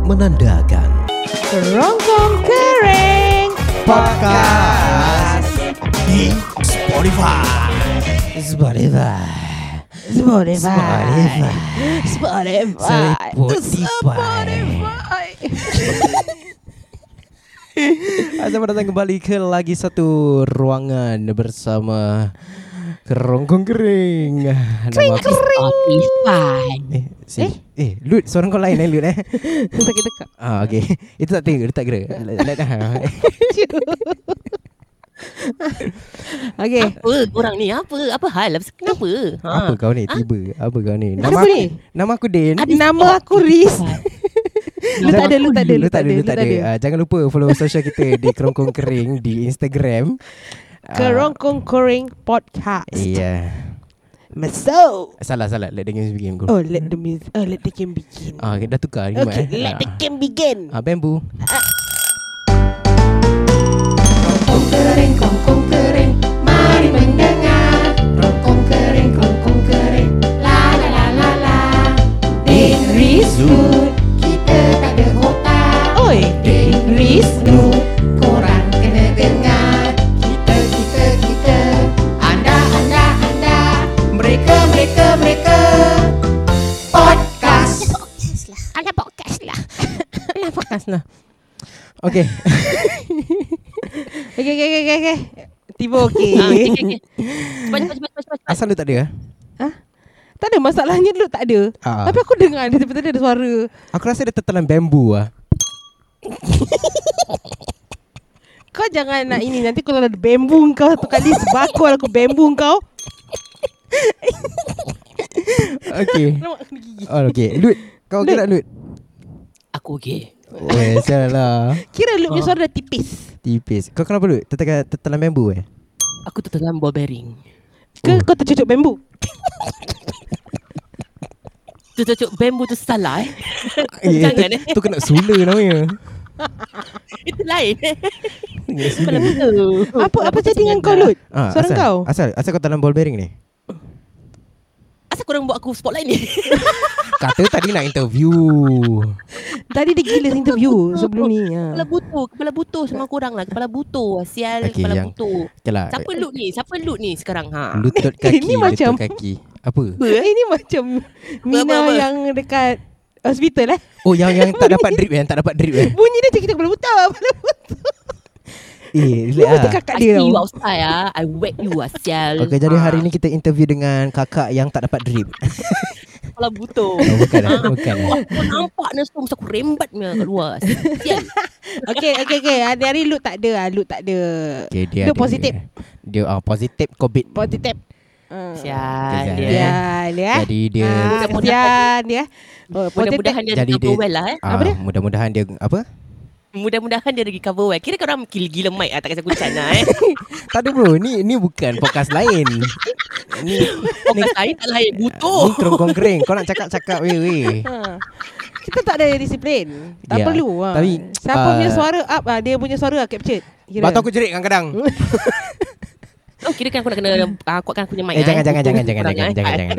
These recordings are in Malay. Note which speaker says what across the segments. Speaker 1: menandakan
Speaker 2: Rongkong Kering
Speaker 1: Podcast di Spotify. Spotify.
Speaker 2: Spotify
Speaker 1: Spotify.
Speaker 2: Spotify
Speaker 1: Spotify. Selamat datang kembali ke lagi satu ruangan bersama Kerongkong Kering. Kering
Speaker 3: ah.
Speaker 2: Spotify
Speaker 1: Eh, si, eh, eh Lut, suara kau lain eh Lut eh.
Speaker 2: Kita kita kak
Speaker 1: Ah, okay. Itu tak tengok, dia tak kira. Let- let- let-
Speaker 2: Okay
Speaker 3: Apa korang ni? Apa? Apa hal? Apa- Kenapa? Ha,
Speaker 1: Apa kau ni tiba? Apa kau ni? Nama
Speaker 2: Kenapa
Speaker 1: aku,
Speaker 2: ni?
Speaker 1: nama aku Din.
Speaker 2: Nama aku Riz Lu
Speaker 1: Jangan-
Speaker 2: tak ada, lu tak ada,
Speaker 1: Lu tak ada, lu tak ada. Ah, jangan lupa follow social kita di Kerongkong Kering di Instagram. Ah,
Speaker 2: Kerongkong Kering Podcast
Speaker 1: Iya.
Speaker 2: Masuk
Speaker 1: Salah, salah. Let the game begin. Go.
Speaker 2: Oh let the music Oh let the game begin
Speaker 1: Ah, okay, dah tukar ni
Speaker 2: Okay let the game begin
Speaker 1: Ah, bambu.
Speaker 4: Kongkong kering, kongkong kering, mari mendengar. Kongkong kering, kongkong kering, la la la la la. Di Rizwood, kita tak ada otak.
Speaker 2: Oi
Speaker 4: Di Rizwood, korang kena dengar. Kita, kita, kita, anda, anda, anda. Mereka, mereka, mereka. Podcast.
Speaker 3: Anak podcast lah.
Speaker 1: Okay.
Speaker 2: Okay okay okay okay, okay Tiba okay
Speaker 3: Ah, okay, okay, okay. Cepat, cepat, cepat, cepat, cepat.
Speaker 1: Asal lu tak ada? eh?
Speaker 2: Tak ada masalahnya dulu tak ada
Speaker 1: Ah.
Speaker 2: Tapi aku dengar dia tiba-tiba ada suara
Speaker 1: Aku rasa dia tertelan bambu ah.
Speaker 2: Kau jangan nak ini Nanti kalau ada bambu kau Satu kali sebakul aku bambu kau
Speaker 1: Okay.
Speaker 2: Nampak kena gigi
Speaker 1: Oh, okay. Lut, kau okay
Speaker 2: Lut.
Speaker 1: tak Lut?
Speaker 3: Aku okey.
Speaker 1: Weh, salah.
Speaker 2: Kira lu
Speaker 1: Ah.
Speaker 2: punya suara dah tipis
Speaker 1: Tipis. Kau kenapa Lut? Tertelan, tertelan bambu eh?
Speaker 3: Aku tertelan ball bearing.
Speaker 1: Oh.
Speaker 2: Ke kau tercucuk bambu
Speaker 3: Tu cocok bambu tu salah eh.
Speaker 1: Eh,
Speaker 3: Jangan eh.
Speaker 1: tu, tu kena sula namanya.
Speaker 3: Itu lain. eh.
Speaker 1: Kena sula.
Speaker 3: Kalau begitu.
Speaker 1: Oh.
Speaker 2: Apa apa jadi dengan kau Lut
Speaker 1: Ah,
Speaker 2: Suara
Speaker 1: asal,
Speaker 2: kau
Speaker 1: Asal asal kau telan ball bearing ni?
Speaker 3: Asal korang buat aku spotlight ni?
Speaker 1: Kata tadi nak interview.
Speaker 2: Tadi dia gila interview Sebelum ni ha.
Speaker 3: kepala butuh. Kepala butuh sama korang lah. Kepala butuh. Sial
Speaker 1: Okey,
Speaker 3: kepala
Speaker 1: yang-
Speaker 3: butuh.
Speaker 1: Okay lah.
Speaker 3: Siapa loot ni? Siapa loot ni sekarang? Ha.
Speaker 1: Lutut kaki,
Speaker 2: Ini
Speaker 1: lutut
Speaker 2: macam-
Speaker 1: kaki. Apa?
Speaker 2: Eh, Ini macam Mina
Speaker 3: apa.
Speaker 2: yang dekat Hospital eh
Speaker 1: Oh, yang yang tak dapat drip eh, yang tak dapat drip eh.
Speaker 2: Bunyi dia macam kita boleh buta Boleh buta
Speaker 1: Eh,
Speaker 2: Lu mesti
Speaker 1: relax lah.
Speaker 2: kakak
Speaker 3: I
Speaker 2: dia
Speaker 3: see you
Speaker 2: tau.
Speaker 3: outside ah. I whack you ah. Sial.
Speaker 1: Okay, jadi
Speaker 3: Ah,
Speaker 1: hari ni kita interview dengan kakak yang tak dapat drip.
Speaker 3: Ah, Kepala butuh.
Speaker 1: Oh, bukan lah, bukan lah.
Speaker 3: Wah, kau nampak ni semua Masa aku rembat ni kat luar Sial
Speaker 2: Okay okay okay Hari-hari Lut tak ada ah. Lut tak ada
Speaker 1: Okay, dia,
Speaker 2: Lu positif.
Speaker 1: Dia ah, positif COVID.
Speaker 2: Positif Ah.
Speaker 3: Sial
Speaker 1: Kesian.
Speaker 3: dia
Speaker 2: Kesian ya.
Speaker 1: eh. Jadi dia
Speaker 2: ah, kesian ya. Oh,
Speaker 3: Mudah-mudahan dia
Speaker 1: Jadi
Speaker 3: recover
Speaker 1: dia-
Speaker 3: well lah eh.
Speaker 1: ah,
Speaker 2: apa dia?
Speaker 1: mudah-mudahan dia apa?
Speaker 3: Mudah-mudahan dia recover well. Kira korang gila-gila mic lah. Tak kasi aku cana eh.
Speaker 1: Tak ada bro, ni ni bukan podcast lain. Ni
Speaker 3: Orang lain tak lain.
Speaker 1: ni
Speaker 3: Butuh.
Speaker 1: kerongkong kering. Kau nak cakap-cakap weh weh.
Speaker 2: Ha. Kita tak ada disiplin. Tak
Speaker 1: Ya.
Speaker 2: perlu. Ha.
Speaker 1: Tapi,
Speaker 2: siapa
Speaker 1: ah,
Speaker 2: punya suara up ah, dia punya suara lah captured. Kira.
Speaker 1: Batu aku jerit kadang-kadang.
Speaker 3: Oh, kira kan aku nak kena uh, kuatkan aku punya
Speaker 2: ah,
Speaker 3: mic.
Speaker 1: Eh jangan jangan jangan jangan
Speaker 3: Korang,
Speaker 1: jangan
Speaker 3: eh.
Speaker 1: jangan jangan.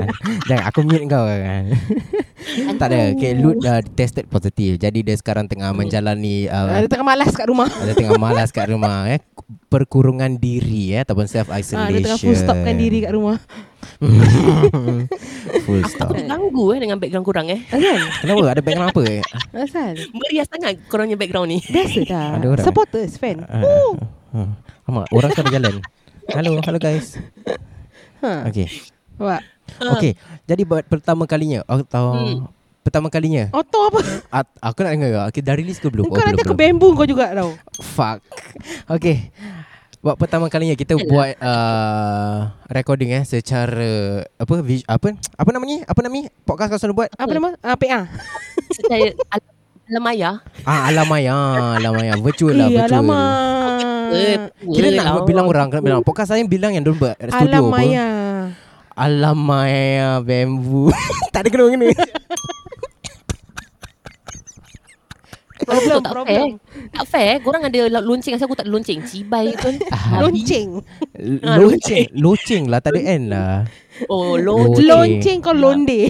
Speaker 1: Jangan aku mute kau. eh. tak ada. Okay, Lut dah tested positif. Jadi dia sekarang tengah menjalani
Speaker 2: Ah,
Speaker 1: uh,
Speaker 2: dia tengah malas kat rumah.
Speaker 1: dia tengah malas kat rumah eh perkurungan diri eh ataupun self
Speaker 2: Ha,
Speaker 1: isolation.
Speaker 2: dia tengah full stopkan diri kan. kat rumah.
Speaker 1: full
Speaker 3: Aku
Speaker 1: stop.
Speaker 3: takut terganggu eh dengan background korang eh.
Speaker 2: Asal?
Speaker 1: Kenapa ada background apa? eh?
Speaker 2: Asal?
Speaker 3: Meriah sangat korang punya background ni.
Speaker 2: Biasa dah.
Speaker 1: Ada orang.
Speaker 2: Supporters fan.
Speaker 1: Ah, ah, ah. Amat orang sedang berjalan. Halo, halo guys.
Speaker 2: Ha.
Speaker 1: Okay.
Speaker 2: Nampak? Ah.
Speaker 1: Okay. Jadi buat pertama kalinya atau
Speaker 2: Hmm.
Speaker 1: pertama kalinya
Speaker 2: Auto apa?
Speaker 1: at, aku nak dengar. Okay, dah release ke belum?
Speaker 2: Kau nanti aku
Speaker 1: belum.
Speaker 2: bambu kau juga tau.
Speaker 1: Fuck Okay Buat pertama kalinya kita buat uh, recording eh secara apa vis, apa apa nama ni? Apa nama ni? Podcast kau selalu buat?
Speaker 2: Apa nama? Ah, PA.
Speaker 3: Secara al- alam maya.
Speaker 1: Ah alamaya, alamaya. Virtual lah,
Speaker 2: Eh,
Speaker 1: virtual.
Speaker 3: Eh,
Speaker 2: alamak.
Speaker 1: Kira nak
Speaker 3: lah.
Speaker 1: bilang orang, kena bilang podcast saya bilang yang dulu buat studio apa.
Speaker 2: Alamaya.
Speaker 1: Alamaya bambu. tak ada kena kena.
Speaker 3: Problem,
Speaker 2: Tak
Speaker 3: tak
Speaker 2: fair.
Speaker 3: fair. Tak fair. Korang ada la- lonceng. Asal aku tak ada lonceng. Cibai tu.
Speaker 1: Ah.
Speaker 2: Lonceng. Ah,
Speaker 1: Loceng, loceng lah tak ada N lah.
Speaker 3: Oh,
Speaker 1: Lonceng.
Speaker 3: lonceng.
Speaker 2: Lonceng kau londe.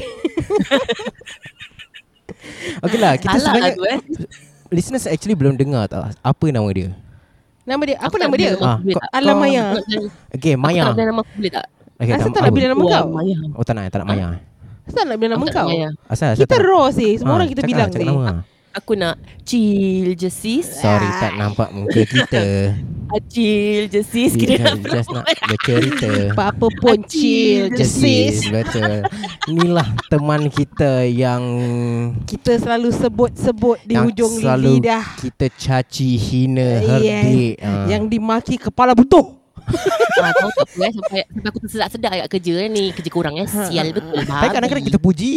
Speaker 1: Okey lah Kita
Speaker 3: Alah
Speaker 1: sebenarnya
Speaker 3: lah tu eh
Speaker 1: Listeners actually belum dengar tak Apa nama dia
Speaker 2: Nama dia Apa nama dia?
Speaker 1: Ah, kau-
Speaker 2: Alam
Speaker 1: kau-
Speaker 2: Maya.
Speaker 1: Okay Maya
Speaker 3: Maya Aku tak nak bilang nama aku boleh tak
Speaker 1: okay,
Speaker 2: Asal
Speaker 1: nama-
Speaker 2: tak nak
Speaker 1: apa?
Speaker 2: bila nama
Speaker 3: Wah,
Speaker 2: kau?
Speaker 3: Maya
Speaker 1: Oh tak nak Tak nak Maya eh?
Speaker 2: Asal tak nak bila nama
Speaker 3: Aku tak
Speaker 2: kau?
Speaker 3: nak Maya
Speaker 1: Asal asal
Speaker 2: Kita
Speaker 1: tak nak?
Speaker 2: raw sih Semua
Speaker 1: Ah,
Speaker 2: orang kita
Speaker 1: cakap
Speaker 2: bilang
Speaker 1: lah, cakap
Speaker 2: sih
Speaker 1: nama lah.
Speaker 3: Aku nak chill je sis
Speaker 1: Sorry tak nampak muka kita
Speaker 3: Ah, Chill je sis
Speaker 1: We
Speaker 3: Kira
Speaker 1: just, just nak bercerita
Speaker 2: Apa-apa pun
Speaker 3: Acil
Speaker 2: chill je
Speaker 3: je
Speaker 1: Sis
Speaker 2: sis
Speaker 1: Betul Inilah teman kita yang
Speaker 2: Kita selalu sebut-sebut Di
Speaker 1: yang
Speaker 2: hujung
Speaker 1: selalu
Speaker 2: lidah
Speaker 1: Kita caci Hina
Speaker 2: Yes.
Speaker 1: Herdik Ah.
Speaker 2: Yang dimaki kepala butuh
Speaker 3: Ah, tahu tak apa eh sampai, sampai aku tersedak-sedak kat kerja ni kerja korang eh sial betul.
Speaker 1: Tapi kadang-kadang kita puji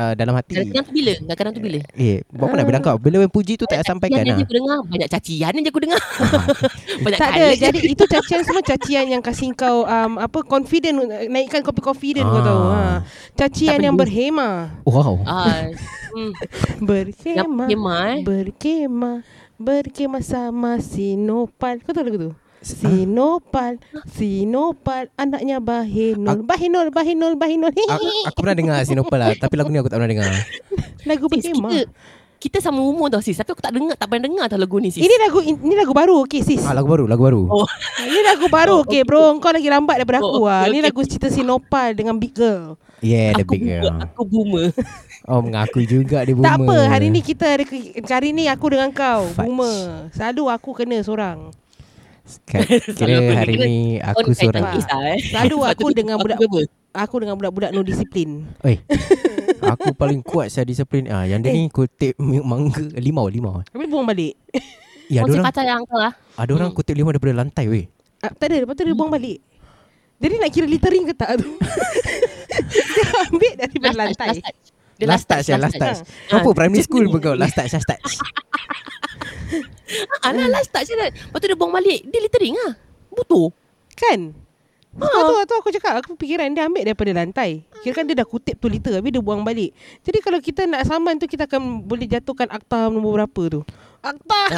Speaker 1: uh, dalam hati.
Speaker 3: kadang-kadang tu bila? Kadang-kadang tu bila?
Speaker 1: Eh, buat apa nak bilang kau? Bila yang puji tu tak sampaikan
Speaker 3: Yang
Speaker 1: lah.
Speaker 3: je aku dengar banyak cacian je aku dengar. banyak
Speaker 2: Tak
Speaker 3: kali
Speaker 2: ada
Speaker 3: je.
Speaker 2: Jadi itu cacian semua Cacian yang kasi kau um, Apa Confident Naikkan kopi confident kau tahu
Speaker 1: Ah.
Speaker 2: ha. Cacian
Speaker 3: Tak
Speaker 2: yang
Speaker 3: peduli.
Speaker 2: berhema
Speaker 1: Oh, Wow.
Speaker 3: ah hmm, yang
Speaker 2: Berhema
Speaker 3: kemah eh.
Speaker 2: Berkemah Berkemah sama Sinopal Kau tahu
Speaker 1: Ah.
Speaker 2: lagu tu? Sinopal Sinopal Anaknya Bahenol Bahenol Bahenol Bahenol Eh,
Speaker 1: Aku, aku pernah dengar Sinopal lah Tapi lagu ni aku tak pernah dengar
Speaker 2: Lagu
Speaker 3: Sis, kita
Speaker 2: berkemah
Speaker 3: kita sama umur tau sis Tapi aku tak dengar Tak pernah dengar tau lagu ni sis
Speaker 2: Ini lagu ini lagu baru okey sis.
Speaker 1: ah, Lagu baru Lagu baru
Speaker 3: Oh.
Speaker 2: Ini lagu baru okey bro. Kau lagi lambat daripada aku
Speaker 3: Oh, okey,
Speaker 2: ah. Ini
Speaker 3: okey.
Speaker 2: lagu cerita Sinopal dengan Big Girl.
Speaker 1: Yeah the
Speaker 3: Aku
Speaker 1: big
Speaker 3: boomer
Speaker 1: girl
Speaker 3: Aku boomer
Speaker 1: Oh mengaku juga dia boomer
Speaker 2: Tak apa, hari ni kita ada ke- hari ni aku dengan kau,
Speaker 1: Fudge.
Speaker 2: Boomer. Selalu aku kena seorang.
Speaker 1: Ka- Kan? Kira hari ni aku
Speaker 3: Kau kaitan
Speaker 1: seorang
Speaker 3: kisah, eh.
Speaker 2: Selalu
Speaker 3: Sebab
Speaker 2: aku
Speaker 3: tu
Speaker 2: dengan budak-
Speaker 3: boomer.
Speaker 2: Aku dengan budak-budak no disiplin.
Speaker 1: Ah, Oi Aku paling kuat saya disiplin ah, Yang dia
Speaker 2: Eh.
Speaker 1: ni kutip mi- mangga Limau limau
Speaker 2: Habis buang balik.
Speaker 1: Ya
Speaker 2: Oh,
Speaker 1: ada
Speaker 3: Konsep
Speaker 1: orang
Speaker 3: pacar yang kau lah
Speaker 1: Ada orang
Speaker 2: Hmm.
Speaker 1: kutip limau daripada lantai weh
Speaker 2: Ah, tak ada, lepas tu dia buang balik. Jadi nak kira littering ke tak tu? dia ambil daripada
Speaker 3: Last touch,
Speaker 2: lantai.
Speaker 3: last touch. Dia
Speaker 1: Last touch ya Last touch
Speaker 2: ha.
Speaker 3: Ah.
Speaker 1: Apa primary school pun kau Last touch Last touch
Speaker 3: Alah last touch je lah. Lepas tu dia buang balik Dia littering lah Butuh
Speaker 2: Kan? Sebab tu, tu aku cakap Aku fikiran dia ambil daripada lantai Kira kan dia dah kutip tu liter Habis dia buang balik Jadi kalau kita nak saman tu Kita akan boleh jatuhkan akta nombor berapa tu Akta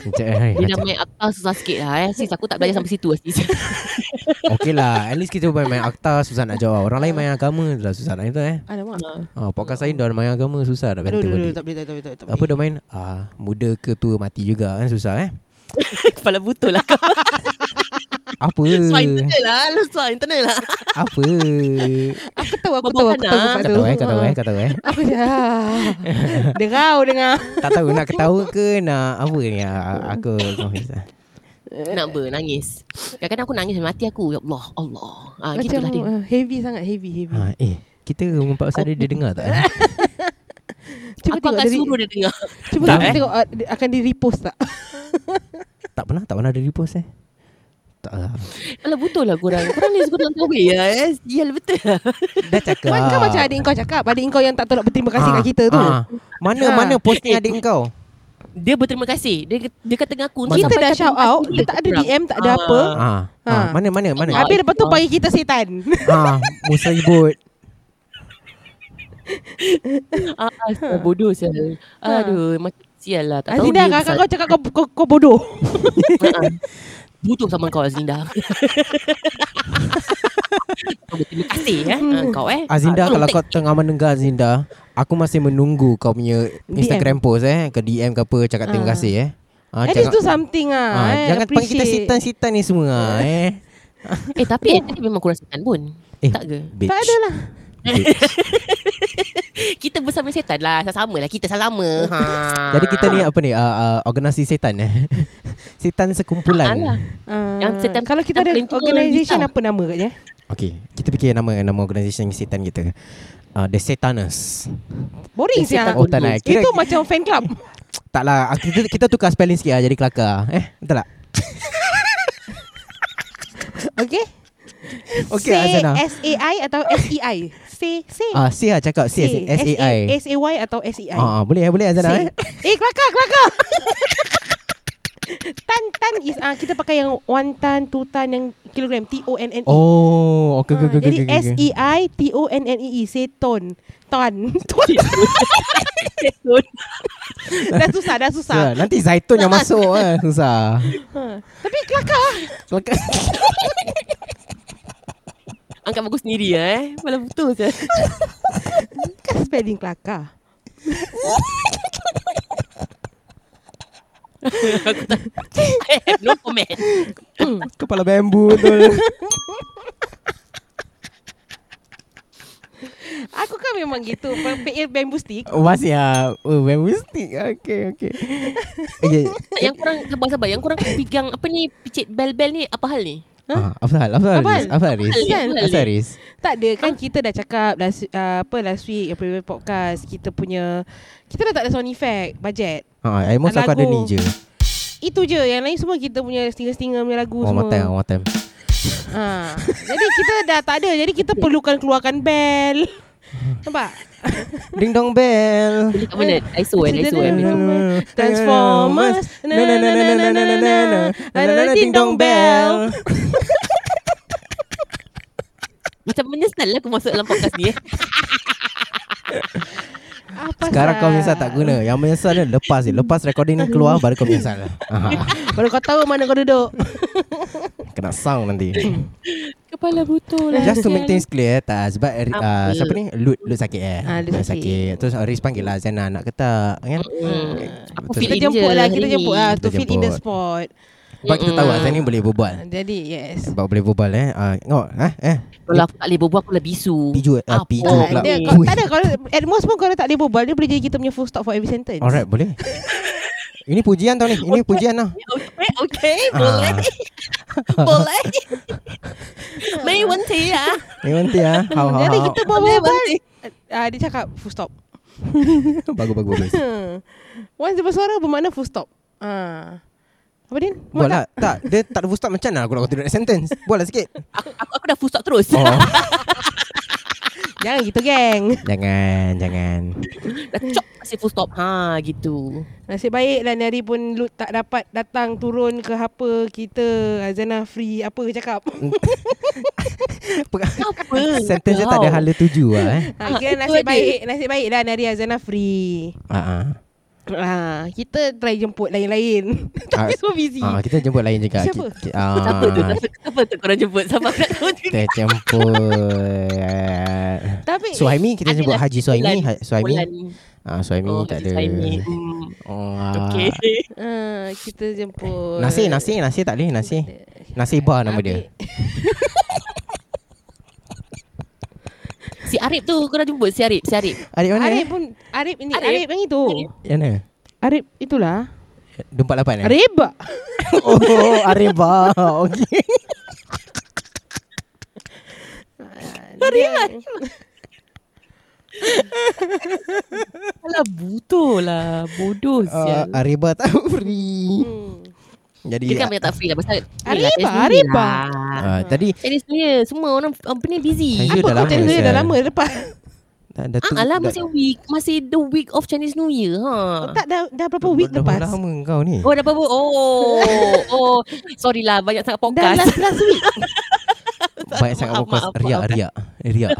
Speaker 1: Macam, hai,
Speaker 3: Dia dah
Speaker 1: macam-
Speaker 3: main akta susah sikit lah eh Sis aku tak belajar sampai situ lah sis
Speaker 1: Okey lah At least kita main, main akta Susah nak jawab Orang lain main agama je lah Susah nak itu eh
Speaker 2: Alamak
Speaker 1: ah, Podcast lain dah main agama Susah nak
Speaker 2: Aduh,
Speaker 1: bantu
Speaker 2: aduh, aduh,
Speaker 1: balik
Speaker 2: tak boleh, tak boleh, tak boleh, tak
Speaker 1: Apa
Speaker 2: boleh.
Speaker 1: dah main ah, Muda ke tua mati juga kan Susah eh
Speaker 3: Kepala butuh lah kau
Speaker 1: Apa
Speaker 3: Soal internal lah Lu soal internal lah
Speaker 1: Apa
Speaker 2: Aku tahu, aku tahu, aku tahu
Speaker 3: Berbual
Speaker 2: tempat
Speaker 1: Kau
Speaker 2: tu
Speaker 1: tahu eh Kau tahu eh Kau tahu eh
Speaker 2: Aku dah Dengau, dengau
Speaker 1: Tak tahu nak ketawa ke Nak apa ni Ah, Aku
Speaker 3: Nak ber nangis Kadang-kadang aku nangis dalam hati aku Ya Allah Allah ha,
Speaker 2: Macam
Speaker 3: Gitulah dia
Speaker 2: uh, heavy sangat, heavy, heavy
Speaker 1: ha, Eh kita mempaksa dia, dia dengar tak? eh?
Speaker 2: Cuba
Speaker 3: Aku
Speaker 2: tengok
Speaker 3: akan
Speaker 2: dari
Speaker 3: suruh dia dengar
Speaker 2: Cuba
Speaker 1: Tak,
Speaker 2: tengok,
Speaker 1: eh.
Speaker 2: tengok uh, dia akan di repost tak
Speaker 1: tak pernah, tak pernah ada repost eh. Tak lah.
Speaker 3: Alah betul lah korang Korang ni sekurang kahwin lah eh Sial betul lah
Speaker 1: Dah cakap.
Speaker 2: Kan kau macam adik kau cakap Adik kau yang tak tahu nak berterima kasih kat kita tu
Speaker 1: ah. Mana
Speaker 2: Ah.
Speaker 1: mana posting adik kau?
Speaker 3: Dia berterima kasih Dia, dia kata dengan aku
Speaker 2: Kita
Speaker 3: sampaikan
Speaker 2: dah shout
Speaker 3: terima kasih
Speaker 2: out Dia tak ada
Speaker 3: korang.
Speaker 2: DM Tak ada
Speaker 3: Ah.
Speaker 2: apa
Speaker 1: Ah.
Speaker 2: Ha.
Speaker 1: ah. Mana mana mana?
Speaker 3: Ah,
Speaker 2: Habis lepas tu
Speaker 3: itu.
Speaker 2: panggil kita setan
Speaker 1: ah, Musa ibut.
Speaker 3: ah, ah, sial, Bodoh sial Aduh macam sial lah Tak tahu
Speaker 2: Azina
Speaker 3: dia
Speaker 2: kakak
Speaker 3: besar-
Speaker 2: kau cakap kau, kau, kau bodoh
Speaker 3: Ah, ah. Butuh sama kau Azinda Kau Berterima kasih eh ah, Kau eh
Speaker 1: Azinda
Speaker 3: Ah,
Speaker 1: kalau
Speaker 3: tolong
Speaker 1: kau tengah mendengar Azinda, aku masih menunggu kau punya Instagram post eh, ke DM ke apa cakap terima
Speaker 2: Ah.
Speaker 1: kasih eh. Ah,
Speaker 2: At least do something ah,
Speaker 1: ah,
Speaker 2: eh,
Speaker 1: jangan panggil kita
Speaker 2: appreciate.
Speaker 1: sitan-sitan ni semua ah, eh.
Speaker 3: tag. Eh tapi eh, tadi memang korang setan pun
Speaker 1: Eh,
Speaker 3: Tak ke
Speaker 1: Bitch.
Speaker 2: Tak ada lah
Speaker 1: Bitch.
Speaker 3: Kita bersama setan lah Sama-sama lah Kita sama-sama ha.
Speaker 2: Ah.
Speaker 1: Jadi kita ni apa ni? Uh, uh, organisasi setan eh. setan sekumpulan.
Speaker 3: Alah.
Speaker 2: Ah,
Speaker 3: Yang setan-
Speaker 2: Kalau kita
Speaker 3: yang
Speaker 2: ada
Speaker 3: paling tua
Speaker 2: organisation
Speaker 3: kita.
Speaker 2: apa nama katnya
Speaker 1: Okey, kita fikir nama nama organisasi setan kita. Uh, the Satanus
Speaker 2: Boring
Speaker 3: Yang
Speaker 2: siang
Speaker 3: setan
Speaker 1: Oh tak lah Kira
Speaker 2: Itu macam fan club
Speaker 1: Tak lah ah, kita, kita tukar spelling sikit lah Jadi kelakar Eh betul tak
Speaker 2: Okay
Speaker 1: Okey,
Speaker 2: Say
Speaker 1: Azana.
Speaker 2: S-A-I atau S-E-I Say Say
Speaker 1: Ah, C lah cakap C
Speaker 2: Say.
Speaker 1: S-A-I
Speaker 2: S-A-Y atau S-E-I
Speaker 1: Ah, ah, boleh eh, boleh Azana eh
Speaker 2: Say. Eh kelakar kelakar Tan tan is ah kita pakai yang one tan two tan yang kilogram T O N N E.
Speaker 1: Oh okay, okay, okay,
Speaker 2: jadi
Speaker 1: okay, okay.
Speaker 2: S E I T O N N E E seton ton. Ton. dah susah dah
Speaker 1: Susah.
Speaker 2: susah.
Speaker 1: Nanti zaitun yang masuk eh. Susah
Speaker 2: Ha. Tapi kelakar.
Speaker 1: Kelakar
Speaker 3: ya, Angkat bagus sendiri eh Malah betul sial
Speaker 2: kan spelling kelakar.
Speaker 3: Aku tak I have no comment
Speaker 1: Kepala bambu tu
Speaker 2: Aku kan memang gitu. Pakai bamboo stick.
Speaker 1: Masih lah oh, Bambu stick Okay okay Okay
Speaker 3: Yang korang Sabar-sabar Yang korang pegang Apa ni Picit bel-bel ni Apa hal ni
Speaker 1: ah, Apa hal Apa hal
Speaker 2: Apa
Speaker 1: Riz
Speaker 2: hal?
Speaker 1: Apa hal Riz
Speaker 3: Apa hal?
Speaker 1: Apa hal Riz
Speaker 2: Tak ada kan kita dah cakap last uh, apa last week yang previous podcast kita punya kita dah tak ada sound effect budget.
Speaker 1: Ah, I most aku ada
Speaker 2: Lagu.
Speaker 1: ni je
Speaker 2: Itu je yang lain semua kita punya stinger-stinger punya
Speaker 1: Oh,
Speaker 2: lagu
Speaker 1: One more
Speaker 2: semua.
Speaker 1: time One more time
Speaker 2: Ha. Jadi kita dah tak ada. Jadi kita perlukan keluarkan bel. Nampak?
Speaker 1: Ding dong bell
Speaker 2: Oh,
Speaker 3: Kat mana I saw kan I saw kan
Speaker 2: Transformers. Na na na na na na na na. Na na na ding dong bell.
Speaker 3: Macam menyesal lah Aku masuk dalam podcast ni eh.
Speaker 2: Apa
Speaker 1: Sekarang kau
Speaker 2: sah?
Speaker 1: menyesal tak guna Yang menyesal ni lepas je Lepas recording ni keluar Baru kau menyesal lah Ah,
Speaker 2: Baru kau tahu mana kau duduk.
Speaker 1: Kena sound nanti
Speaker 3: Kepala butuh lah
Speaker 1: Just to make things clear tak sebab uh,
Speaker 3: Apa?
Speaker 1: siapa ni Lut Lut sakit eh.
Speaker 2: Ah, Lut sakit. Hmm.
Speaker 1: Terus Aris panggil lah Zainal nak ke tak kan.
Speaker 3: Aku
Speaker 1: Betul.
Speaker 3: feel
Speaker 2: Kita
Speaker 3: in je
Speaker 2: jemput lah, kita
Speaker 3: hari
Speaker 2: jemput
Speaker 3: ni.
Speaker 2: lah
Speaker 1: Kita
Speaker 2: to fill in the
Speaker 1: jemput.
Speaker 2: spot.
Speaker 1: Sebab kita tahu lah,
Speaker 2: Hmm.
Speaker 1: Zainal ni boleh berbual.
Speaker 2: Jadi yes.
Speaker 1: Sebab boleh berbual eh. Ah, tengok eh eh
Speaker 3: Kalau aku tak boleh berbual Aku lah bisu
Speaker 1: piju eh
Speaker 3: Apa?
Speaker 1: piju
Speaker 3: Oh,
Speaker 1: pula.
Speaker 2: dia,
Speaker 3: ni.
Speaker 2: kau, tak ada kalau at most pun kalau tak boleh berbual dia boleh jadi kita punya full stop for every sentence.
Speaker 1: Alright boleh. Ini pujian tau ni. Ini pujian tau. Ah,
Speaker 3: Okay, okay Boleh Boleh Mei wanti ya
Speaker 1: Ni nanti ah. Hau hau.
Speaker 2: Jadi
Speaker 1: hau.
Speaker 2: kita buat
Speaker 3: Boleh
Speaker 2: berbual.
Speaker 3: wanti
Speaker 2: Ah dia cakap full stop.
Speaker 1: bagus bagus bagus.
Speaker 2: Hmm. Once dia bersuara bermakna full stop. Ah. Apa Din? Muat
Speaker 1: Buat lah Tak Dia tak ada full stop Macam mana aku nak continue next sentence Buat lah sikit
Speaker 3: Aku, aku, aku dah full stop terus
Speaker 1: oh.
Speaker 2: tak? Jangan gitu geng.
Speaker 1: Jangan Jangan
Speaker 3: Dah cop Masih full stop Ha gitu
Speaker 2: Nasib baik lah ni hari pun Lut tak dapat datang turun ke apa kita Azana free apa cakap.
Speaker 3: Apa
Speaker 1: Sentence dia tak ada hala tuju lah eh
Speaker 2: Ha, kira
Speaker 3: itu
Speaker 2: nasib
Speaker 3: aja.
Speaker 2: baik, nasib baik lah ni hari Azana free.
Speaker 1: Ah, ah.
Speaker 2: Ha, kita try jemput lain-lain. Tapi
Speaker 1: Ah,
Speaker 2: semua busy.
Speaker 1: Ah, kita jemput lain juga.
Speaker 2: Siapa?
Speaker 1: Ki- ki-
Speaker 3: Siapa tu
Speaker 1: ah,
Speaker 3: Siapa siapa tu korang jemput Sabar aku nak tahu juga.
Speaker 1: kita jemput.
Speaker 2: Tapi
Speaker 1: Suhaimi kita jemput
Speaker 3: Adalah
Speaker 1: Haji Suhaimi.
Speaker 3: bulan-
Speaker 1: Ha- Suhaimi.
Speaker 3: bulan.
Speaker 1: Ah, Suhaimi
Speaker 3: Oh,
Speaker 1: tak
Speaker 3: Haji
Speaker 1: ada.
Speaker 3: Suhaimi. Hmm,
Speaker 1: Oh,
Speaker 3: Okay
Speaker 1: okay.
Speaker 2: uh, kita jemput
Speaker 1: Nasi, nasi, nasi tak boleh, nasi. Nasi bar nama dia.
Speaker 3: Si Arif tu korang jemput Si Arif Si Arif
Speaker 1: Adik mana?
Speaker 2: Arif
Speaker 1: eh?
Speaker 2: pun Arif ini
Speaker 3: Arif?
Speaker 2: Arif, yang itu
Speaker 3: Oh.
Speaker 1: Yang mana?
Speaker 2: Arif itulah
Speaker 1: Dumpat lapan eh?
Speaker 2: Arif
Speaker 1: Oh, oh, Arif bar. Okay.
Speaker 2: Arif
Speaker 3: Alah butuh lah Bodoh
Speaker 1: Uh,
Speaker 3: sial
Speaker 1: Arif bar tak free.
Speaker 2: Hmm.
Speaker 1: Jadi,
Speaker 3: Kita kan banyak tak free lah Pasal
Speaker 2: Arif ah,
Speaker 3: Yelah, saya
Speaker 2: Arif
Speaker 3: sendiri lah.
Speaker 1: ah, tadi
Speaker 3: Serius dia Semua orang Apa ni busy
Speaker 1: Saya
Speaker 2: Apa
Speaker 1: dah
Speaker 2: kau
Speaker 1: lama,
Speaker 2: cakap dia dah
Speaker 1: Syah.
Speaker 2: lama lepas
Speaker 1: tak ada
Speaker 3: Ah, alah masih week Masih the week of Chinese New Year ha.
Speaker 2: Tak dah, dah berapa week lepas
Speaker 1: Dah lama kau ni.
Speaker 3: Oh dah apa Oh Oh Sorry lah Banyak
Speaker 2: Dah
Speaker 3: sangat podcast
Speaker 2: last last week
Speaker 1: Banyak sangat
Speaker 3: Maaf,
Speaker 1: fokus
Speaker 3: maaf,
Speaker 1: Riak,
Speaker 3: maaf.
Speaker 1: riak Riak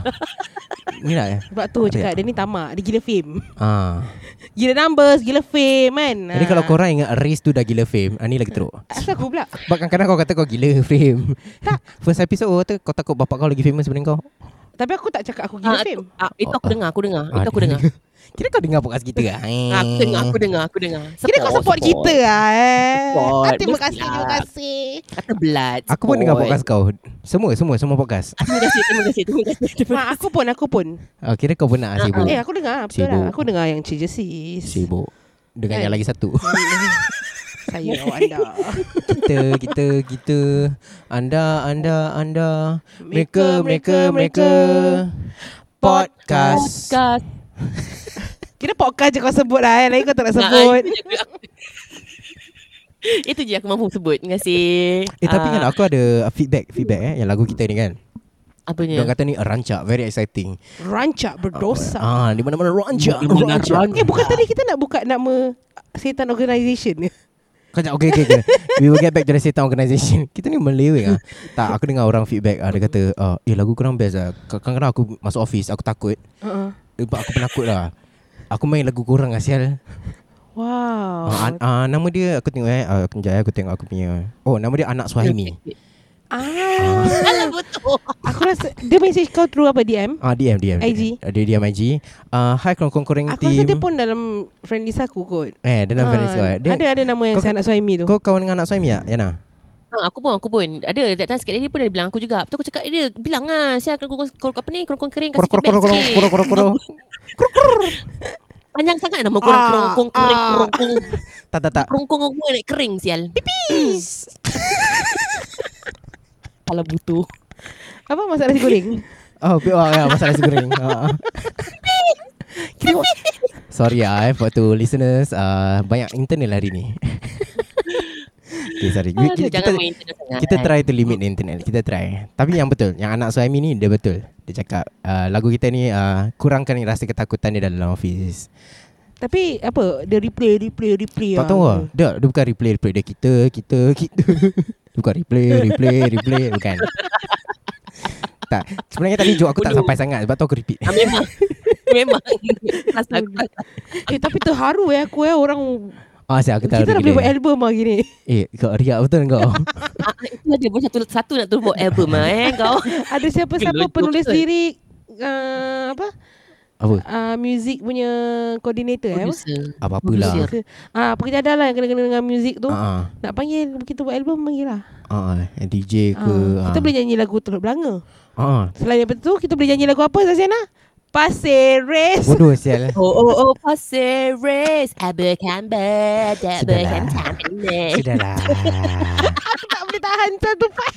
Speaker 1: Ni lah eh
Speaker 2: Sebab tu cakap dia ni tamak Dia gila fame
Speaker 1: ah.
Speaker 2: Gila numbers Gila fame kan
Speaker 1: Jadi kalau korang ingat Riz tu dah gila fame ah, Ni lagi teruk
Speaker 2: Asal aku pula
Speaker 1: Sebab kadang-kadang kau kata kau gila fame First episode kau kata kau takut bapak kau lagi famous daripada kau
Speaker 2: Tapi aku tak cakap aku
Speaker 3: Ah,
Speaker 2: gila
Speaker 3: tu-
Speaker 2: fame
Speaker 3: ah, Itu aku
Speaker 1: Oh,
Speaker 3: dengar Aku dengar
Speaker 1: Ah,
Speaker 3: Itu aku dengar
Speaker 1: Kira kau dengar podcast kita lah
Speaker 3: Ah, Aku dengar Aku dengar Aku dengar
Speaker 2: Kira kau support kita lah eh
Speaker 3: Support.
Speaker 2: Ah, Terima
Speaker 3: Mesti
Speaker 2: kasih Terima
Speaker 3: lah.
Speaker 2: kasih
Speaker 3: Kata blood
Speaker 1: Aku pun dengar
Speaker 3: support.
Speaker 1: podcast kau Semua semua semua podcast
Speaker 3: Terima kasih Terima kasih Terima kasih terima
Speaker 2: Mak aku pun aku pun
Speaker 1: ah, Kira kau benar
Speaker 3: Ah,
Speaker 1: sibuk
Speaker 2: Eh aku dengar Betul
Speaker 1: Sibuk.
Speaker 2: lah Aku dengar yang CJC
Speaker 1: Sibuk Dengan
Speaker 2: Eh.
Speaker 1: yang lagi satu
Speaker 2: Saya awak anda
Speaker 1: Kita kita kita Anda anda anda Mereka mereka mereka Podcast
Speaker 3: Podcast
Speaker 2: Kira podcast je kau sebut lah eh Lain kau tak nak
Speaker 3: Ah,
Speaker 2: sebut
Speaker 3: itu je aku- Itu je aku mampu sebut Terima kasih
Speaker 1: Eh tapi
Speaker 3: Ah,
Speaker 1: kan aku ada feedback feedback eh yang lagu kita ni kan.
Speaker 3: Apanya
Speaker 1: Yeah. Dia kata ni rancak very exciting.
Speaker 2: Rancak berdosa
Speaker 1: Ah di mana-mana rancak.
Speaker 3: Di mana-mana
Speaker 2: Eh bukan tadi kita nak buka nama Setan organisation ni
Speaker 1: Kejap okay, okay okay. We will get back to the Satan organisation. Kita ni meleweng ah. Tak aku dengar orang feedback ah dia kata ah, eh lagu kurang best ah. Kadang-kadang aku masuk office aku takut.
Speaker 2: Uh-uh.
Speaker 1: Sebab aku penakut lah. Aku main lagu korang lah sial oh,
Speaker 2: Wow
Speaker 1: ah, ah, Nama dia Aku tengok eh ah, Kejap eh, aku tengok aku punya Oh nama dia Anak Suhaimi
Speaker 2: Ah.
Speaker 3: Alah betul.
Speaker 2: Aku rasa dia message kau through apa DM?
Speaker 1: Ah DM DM.
Speaker 2: IG.
Speaker 1: Ah, Dia DM IG. Ah hi kongkong koreng
Speaker 2: Aku
Speaker 1: team.
Speaker 2: rasa dia pun dalam friend list aku kot.
Speaker 1: eh dalam ha,
Speaker 2: Ah,
Speaker 1: Venice. Dia
Speaker 2: ada ada nama yang
Speaker 1: kau-
Speaker 2: saya nak suami tu.
Speaker 1: kau kawan dengan anak suami tak Yana?
Speaker 3: Ha, aku pun, aku pun. Ada, that time sikit dia pun dia bilang aku juga. Lepas tu aku cakap dia, bilang lah. Saya akan korang apa ni, korang kering kasi
Speaker 1: Kor kor
Speaker 3: feedback
Speaker 1: kor kor
Speaker 3: sikit."
Speaker 1: kor kor kor.
Speaker 3: Panjang sangat nama korang
Speaker 2: Ah,
Speaker 3: korang korang kering,
Speaker 2: ah.
Speaker 3: korang kering.
Speaker 1: Tak tak tak.
Speaker 3: Kerongkong korang nak kering sial. Alah butuh.
Speaker 2: Apa masak nasi goreng?
Speaker 1: Oh, bi- oh ya, masalah nasi goreng. Ah, ah. Kira- Sorry ah, eh, for to listeners, ah, banyak internal hari ni. okay, sorry. We-
Speaker 3: Aduh,
Speaker 1: kita,
Speaker 3: jangan
Speaker 1: kita,
Speaker 3: main internet sangat.
Speaker 1: kita try to limit the internal. Kita try. Tapi yang betul, yang anak suami ni dia betul. Dia cakap ah, lagu kita ni ah, kurangkan rasa ketakutan dia dalam office.
Speaker 2: Tapi apa? Dia replay, replay, replay.
Speaker 1: Kau
Speaker 2: ah.
Speaker 1: tahu ah? Dia, dia bukan replay replay dia kita kita kita. Dia bukan replay replay replay bukan. tak. Sebenarnya tadi joke aku tak
Speaker 3: Bodoh.
Speaker 1: sampai sangat sebab tu aku repeat.
Speaker 3: Ah, memang. memang. Rasa aku tak-
Speaker 2: Eh tapi terharu eh aku eh orang
Speaker 1: Ah, saya aku tahu.
Speaker 2: kita dah
Speaker 1: dia
Speaker 2: boleh
Speaker 1: gila.
Speaker 2: buat album ah gini.
Speaker 1: Eh, kau riak betul kau.
Speaker 3: Ah, Itu ada pun satu satu nak turun buat album ah eh kau.
Speaker 2: Ada siapa-siapa
Speaker 3: Gila,
Speaker 2: penulis
Speaker 3: betul.
Speaker 2: lirik ah, apa?
Speaker 1: Apa?
Speaker 2: Ah, music punya koordinator eh. apa?
Speaker 3: Producer.
Speaker 1: Apa-apalah.
Speaker 3: Producer.
Speaker 2: Ah, pekerja adalah yang kena-kena dengan music
Speaker 1: Ha
Speaker 2: tu.
Speaker 1: lah. ah.
Speaker 2: Nak panggil kita buat album panggil lah.
Speaker 1: Ah, ah, DJ ke.
Speaker 2: Ah,
Speaker 1: ah.
Speaker 2: kita boleh nyanyi lagu Teluk Belanga.
Speaker 1: Ah, ah.
Speaker 2: Selain daripada tu kita boleh nyanyi lagu apa Zaziana? Pasir Res.
Speaker 1: Bodoh sial. eh.
Speaker 3: Oh oh oh pasir res abercamber
Speaker 1: Sudahlah.
Speaker 3: abercamber.
Speaker 1: Sudahlah.
Speaker 2: Aku tak boleh tahan satu part.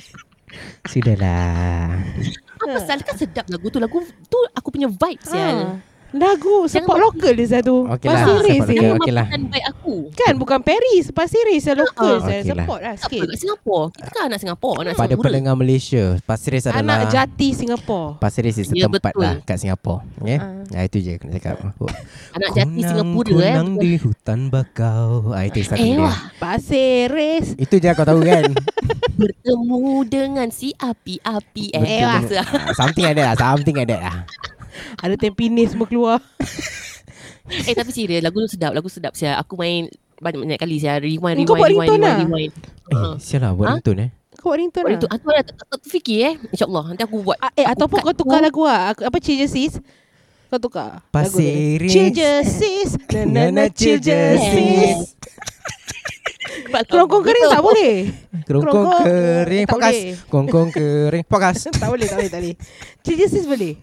Speaker 1: Sudahlah.
Speaker 3: Apa salah kan sedap lagu tu lagu tu aku punya vibe sial.
Speaker 2: Ah. Lagu support
Speaker 3: Jangan-
Speaker 2: lokal dia satu.
Speaker 1: Okey lah,
Speaker 2: Pasir Res
Speaker 1: support
Speaker 2: eh.
Speaker 1: lokal.
Speaker 3: Memang
Speaker 1: okey lah.
Speaker 3: bukan vibe aku.
Speaker 2: Kan bukan Paris, Pasir Res yang lokal
Speaker 1: Ah, okey
Speaker 2: saya
Speaker 1: lah.
Speaker 2: support lah
Speaker 3: Tak apa
Speaker 2: sikit.
Speaker 3: kat Singapura. Kita kan anak Singapura, anak
Speaker 1: Pada
Speaker 3: Singapura.
Speaker 1: pendengar Malaysia, Pasir Ris adalah
Speaker 2: Anak jati Singapura.
Speaker 1: Pasir Ris is a
Speaker 3: Ya,
Speaker 1: tempat
Speaker 3: betul.
Speaker 1: lah kat Singapura. Okay?
Speaker 2: Ah.
Speaker 1: Ya, itu je aku nak cakap. Oh.
Speaker 3: Anak jati Singapura eh.
Speaker 1: kunang di hutan bakau. Ah, itu satu dia.
Speaker 3: Eh, wah.
Speaker 2: Pasir Res.
Speaker 1: Itu je kau tahu kan?
Speaker 3: Bertemu dengan si api-api eh.
Speaker 1: Betul.
Speaker 3: Eh, rasa
Speaker 1: Ah, Something like that lah. Something like that lah.
Speaker 2: Ada tempinis semua keluar.
Speaker 3: Eh tapi serius lagu tu sedap, lagu sedap saya. Aku main banyak-banyak kali saya rewind rewind
Speaker 2: Kau buat
Speaker 3: rewind
Speaker 2: ringtone
Speaker 3: rewind,
Speaker 2: lah.
Speaker 1: Eh,
Speaker 3: rewind.
Speaker 1: sial lah. Buat
Speaker 3: Ah?
Speaker 1: ringtone eh.
Speaker 2: Kau buat ringtone lah.
Speaker 3: Waktu tu aku ada aku terfikir eh. Insya-Allah nanti aku buat.
Speaker 2: Ah, eh ataupun
Speaker 3: Buka
Speaker 2: kau tukar
Speaker 3: tu.
Speaker 2: lagu lah Aku- Apa Chill Je Sis Kau tukar lagu dia.
Speaker 1: Pasir Ris.
Speaker 2: Chill Je Sis Na na na Chill Je Sis Kerongkong kering tak boleh
Speaker 1: Kerongkong
Speaker 2: Kerongkong,
Speaker 1: kering
Speaker 2: tak
Speaker 1: podcast.
Speaker 2: boleh.
Speaker 1: Kerongkong kering podcast.
Speaker 2: Tak boleh tak boleh tak boleh Chill Je Sis boleh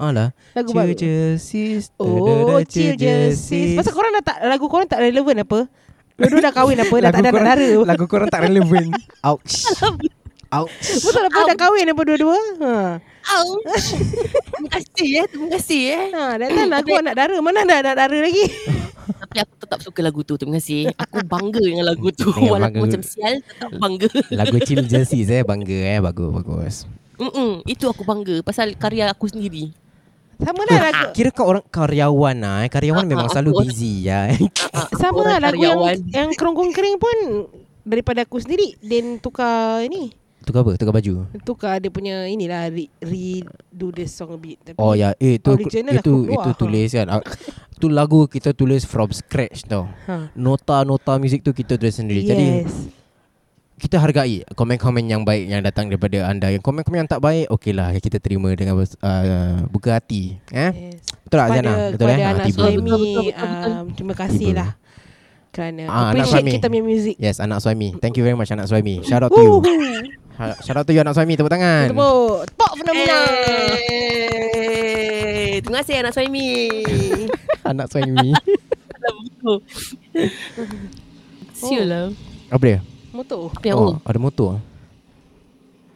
Speaker 1: Alah.
Speaker 2: Lagu baru.
Speaker 1: Chill je sis.
Speaker 2: Oh
Speaker 1: da-da-da,
Speaker 2: Chill Je Sis Pasal korang dah tak Lagu korang tak relevan apa Dua-dua dah kahwin apa
Speaker 1: Lagu
Speaker 2: Dah tak ada anak
Speaker 1: korang-
Speaker 2: dara
Speaker 1: Lagu korang tak relevan. Ouch. Ouch.
Speaker 2: Betul apa dah kahwin apa dua-dua ha.
Speaker 3: Au. Terima kasih eh, terima kasih eh.
Speaker 2: ha dah tak lagu anak dara Mana ada anak dara lagi
Speaker 3: Tapi aku tetap suka lagu tu, terima kasih. Aku bangga dengan lagu tu.
Speaker 1: Dengan bangga.
Speaker 3: Walaupun macam sial, tetap bangga.
Speaker 1: Lagu Chill je sis eh. Bangga eh. Bagus, bagus.
Speaker 3: Mm-mm, itu aku bangga pasal karya aku sendiri.
Speaker 2: Sama lah lagu
Speaker 1: Kira kau orang karyawan lah eh. Karyawan
Speaker 3: Ah,
Speaker 1: memang
Speaker 3: ah,
Speaker 1: selalu
Speaker 3: aku-
Speaker 1: busy ya.
Speaker 3: Ah,
Speaker 2: Sama
Speaker 3: orang
Speaker 2: lah lagu yang,
Speaker 3: karyawan.
Speaker 2: yang kerongkong kering pun Daripada aku sendiri Then tukar ni
Speaker 1: Tukar apa? Tukar baju.
Speaker 2: Tukar dia punya inilah re, Redo the song a bit Tapi
Speaker 1: Oh ya, eh tu
Speaker 2: Original
Speaker 1: itu
Speaker 2: aku keluar,
Speaker 1: itu
Speaker 2: ha.
Speaker 1: tulis kan. Ah, Tu lagu kita tulis from scratch tau.
Speaker 2: Ha.
Speaker 1: Nota-nota muzik tu kita tulis sendiri. Jadi
Speaker 2: Yes
Speaker 1: kita hargai komen-komen yang baik yang datang daripada anda. Yang komen-komen yang tak baik, okeylah kita terima dengan bes- uh, buka hati. Eh?
Speaker 2: Yes.
Speaker 1: Betul tak
Speaker 2: Kepada,
Speaker 1: Zana? Betul
Speaker 2: kepada
Speaker 1: eh? Ah,
Speaker 2: anak
Speaker 1: tiba.
Speaker 2: suami
Speaker 3: Betul, betul, betul, betul.
Speaker 2: um, Terima kasih
Speaker 1: Tiba.
Speaker 2: lah Kerana
Speaker 1: Ah, anak
Speaker 2: appreciate
Speaker 1: suami.
Speaker 2: kita punya music
Speaker 1: Yes, anak suami. Thank you very much anak suami. Shout out to you. Ha- Shout out to you anak suami tepuk tangan.
Speaker 2: Tepuk Tepuk fenomena
Speaker 3: Eh, Terima kasih anak suami.
Speaker 1: anak suami.
Speaker 3: Siul lah.
Speaker 1: Apa dia?
Speaker 2: Motor
Speaker 3: Apa yang oh.
Speaker 1: Oh, ada motor.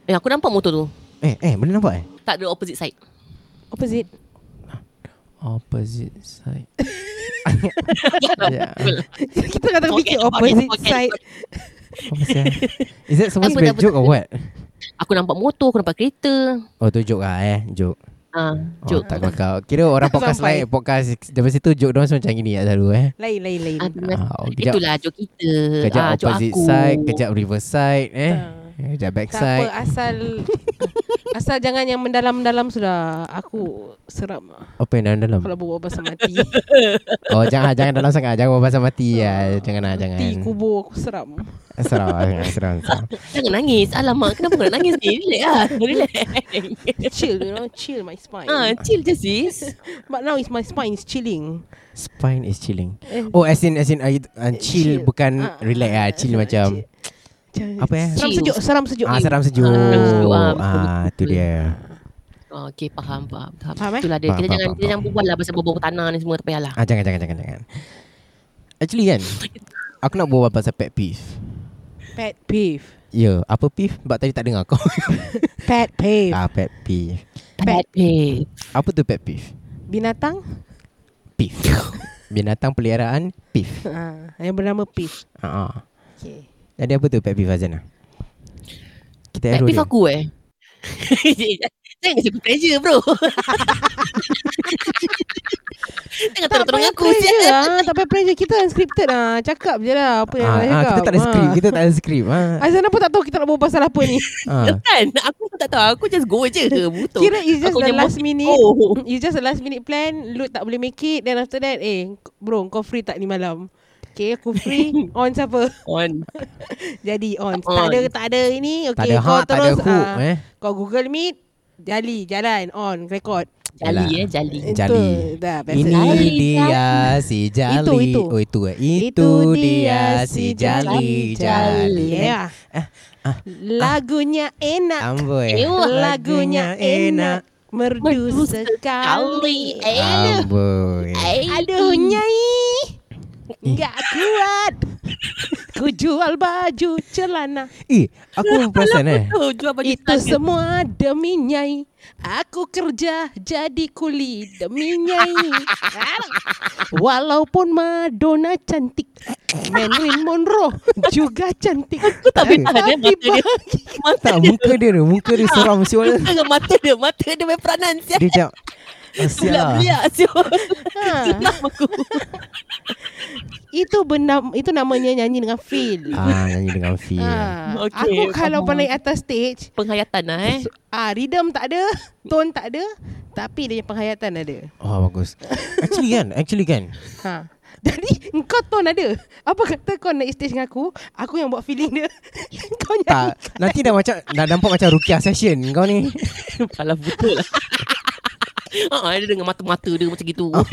Speaker 3: Eh, aku nampak motor tu.
Speaker 1: Eh, eh, boleh nampak eh?
Speaker 3: Tak ada opposite side.
Speaker 2: Opposite
Speaker 1: Opposite side. yeah.
Speaker 2: Kita kata fikir
Speaker 3: Forget,
Speaker 2: opposite
Speaker 3: forget,
Speaker 2: side
Speaker 1: Apa sial? Is that supposed to
Speaker 3: Apa
Speaker 1: be a
Speaker 3: dah
Speaker 1: joke or what?
Speaker 3: Aku nampak motor, aku nampak kereta.
Speaker 1: Oh tu joke lah eh Joke
Speaker 3: Ah,
Speaker 1: Joke
Speaker 3: joke.
Speaker 1: oh, tak kelakar Kira orang podcast
Speaker 2: Sampai.
Speaker 1: lain Podcast Dari situ joke diorang macam gini Tak selalu eh
Speaker 2: Lain lain lain
Speaker 3: Ah, terima
Speaker 1: Ah,
Speaker 3: kasih.
Speaker 1: kejap.
Speaker 3: Itulah joke kita.
Speaker 1: Kejap
Speaker 3: Ah, joke
Speaker 1: opposite
Speaker 3: aku.
Speaker 1: side Kejap reverse side eh
Speaker 2: Ah.
Speaker 1: Sekejap
Speaker 2: Tak apa
Speaker 1: backside
Speaker 2: asal Asal jangan yang mendalam-mendalam sudah Aku seram lah
Speaker 1: Apa yang dalam-dalam
Speaker 2: Kalau berbual pasal mati
Speaker 1: Kan? Oh jangan jangan dalam sangat Jangan berbual pasal mati ya. Jangan lah jangan
Speaker 2: Mati kubur aku seram
Speaker 1: Seram ah, jangan seram, seram.
Speaker 3: Jangan nangis. Alamak, kenapa kau nak nangis ni? Relax lah. Relax.
Speaker 2: Chill you know Chill my spine
Speaker 3: Ah, chill je sis.
Speaker 2: But now is my spine is chilling
Speaker 1: Spine is chilling
Speaker 2: Eh,
Speaker 1: Oh as in as in uh, uh, chill,
Speaker 2: Chill.
Speaker 1: Bukan
Speaker 2: Ah,
Speaker 1: relax ah, Chill
Speaker 2: chill,
Speaker 1: macam
Speaker 2: chill. Jangan-
Speaker 1: Apa eh?
Speaker 2: Seram
Speaker 3: Chill.
Speaker 2: sejuk Seram sejuk
Speaker 1: Ah seram sejuk
Speaker 3: sejuk,
Speaker 1: Ah tu
Speaker 3: ah, betul, betul.
Speaker 1: dia
Speaker 3: Oh, okay, faham, faham. Faham,
Speaker 2: Faham, eh?
Speaker 3: Itulah dia.
Speaker 1: Faham,
Speaker 3: kita
Speaker 1: faham, faham,
Speaker 3: jangan kita
Speaker 1: faham.
Speaker 3: jangan berbual lah pasal bobok tanah ni semua tak payahlah.
Speaker 1: Ah jangan jangan jangan jangan Actually kan Aku nak berbual pasal pet peeve
Speaker 2: Pet peeve
Speaker 1: Ya yeah, Apa peeve Sebab tadi tak dengar kau
Speaker 2: Pet peeve
Speaker 1: Ah pet peeve
Speaker 3: Bad babe.
Speaker 1: Apa tu pet peeve
Speaker 2: Binatang
Speaker 1: Peeve Binatang peliharaan Peeve
Speaker 2: ah, Yang bernama peeve
Speaker 1: ah, ah.
Speaker 2: okay.
Speaker 1: Jadi apa tu pet peeve Hazana Kita
Speaker 3: Bad
Speaker 1: arrow
Speaker 3: babe
Speaker 1: dia
Speaker 3: aku eh. Jangan kasi aku pressure bro. Jangan
Speaker 2: Tak
Speaker 3: terus-terus
Speaker 2: payah
Speaker 3: aku.
Speaker 2: pressure
Speaker 3: Jangan.
Speaker 2: lah Tak payah pressure Kita unscripted lah Cakap je lah Apa
Speaker 1: ah,
Speaker 2: yang nak
Speaker 1: ah,
Speaker 2: cakap
Speaker 1: Kita tak ada skrip Kita tak ada skrip ah.
Speaker 2: Aizana pun tak tahu Kita nak berbual pasal apa ni
Speaker 1: ah.
Speaker 3: Kan? Aku pun tak tahu. Aku just go je. Butuh.
Speaker 2: Kira it's just
Speaker 3: Aku
Speaker 2: the
Speaker 3: punya
Speaker 2: last
Speaker 3: motive
Speaker 2: minute
Speaker 3: go.
Speaker 2: It's just the last minute plan Lut tak boleh make it Then after that Eh bro kau free tak ni malam Okay aku free On siapa
Speaker 3: On.
Speaker 2: Jadi on,
Speaker 3: On.
Speaker 2: Tak ada tak ada ini
Speaker 1: Tak
Speaker 2: Okay
Speaker 1: ada
Speaker 2: kau
Speaker 1: hak Tak ada
Speaker 2: terus
Speaker 1: hook
Speaker 2: ah,
Speaker 1: eh
Speaker 2: Kau google meet Jali jalan On record
Speaker 3: Jali
Speaker 1: Yalah.
Speaker 3: eh, jali.
Speaker 1: Eh, Jali.
Speaker 2: Itu dah biasa
Speaker 1: Ini
Speaker 3: Jali,
Speaker 1: dia si Jali
Speaker 2: Itu, itu.
Speaker 1: Oh itu eh Itu dia si Jali Jali Eh, ah.
Speaker 2: Yeah. Lagunya enak
Speaker 1: Amboi
Speaker 3: Ewa.
Speaker 2: Eh, Lagunya enak Merdu
Speaker 3: Merdu
Speaker 2: sekali
Speaker 3: sekali. Eh, Enak.
Speaker 1: Amboi
Speaker 3: Ay.
Speaker 2: Aduh nyai Nggak kuat Ku jual baju celana
Speaker 1: Eh aku perasan eh
Speaker 3: Oh, jual baju
Speaker 2: Itu semua demi nyai Aku kerja jadi kuli demi nyai Walaupun Madonna cantik Marilyn Monroe juga cantik Aku
Speaker 3: tak bertahan, eh, mata dia. mata
Speaker 1: Tak muka dia tu Muka dia seram siul
Speaker 3: dia. Mata dia, mata dia main peranan siap.
Speaker 1: Dia macam Asyik lah.
Speaker 3: Beliak-beliak siap.
Speaker 2: ha,
Speaker 3: Senang aku.
Speaker 2: Itu benam, itu namanya nyanyi dengan feel
Speaker 1: Ah nyanyi dengan feel
Speaker 2: ha, Aku
Speaker 3: Okay,
Speaker 2: kalau
Speaker 3: faham.
Speaker 2: pandai atas stage
Speaker 3: Penghayatan lah eh.
Speaker 2: ah, Rhythm tak ada Tone tak ada Tapi dia punya penghayatan ada
Speaker 1: Oh bagus Actually kan Actually kan
Speaker 2: ha. Jadi kau tone ada Apa kata kau naik stage dengan aku Aku yang buat feeling dia Kau nyanyi
Speaker 1: Tak Nanti dah macam Dah nampak macam Rukiah session Kau ni
Speaker 3: Alah betul lah. Ah, dia dengan mata-mata dia macam gitu.
Speaker 1: Ah,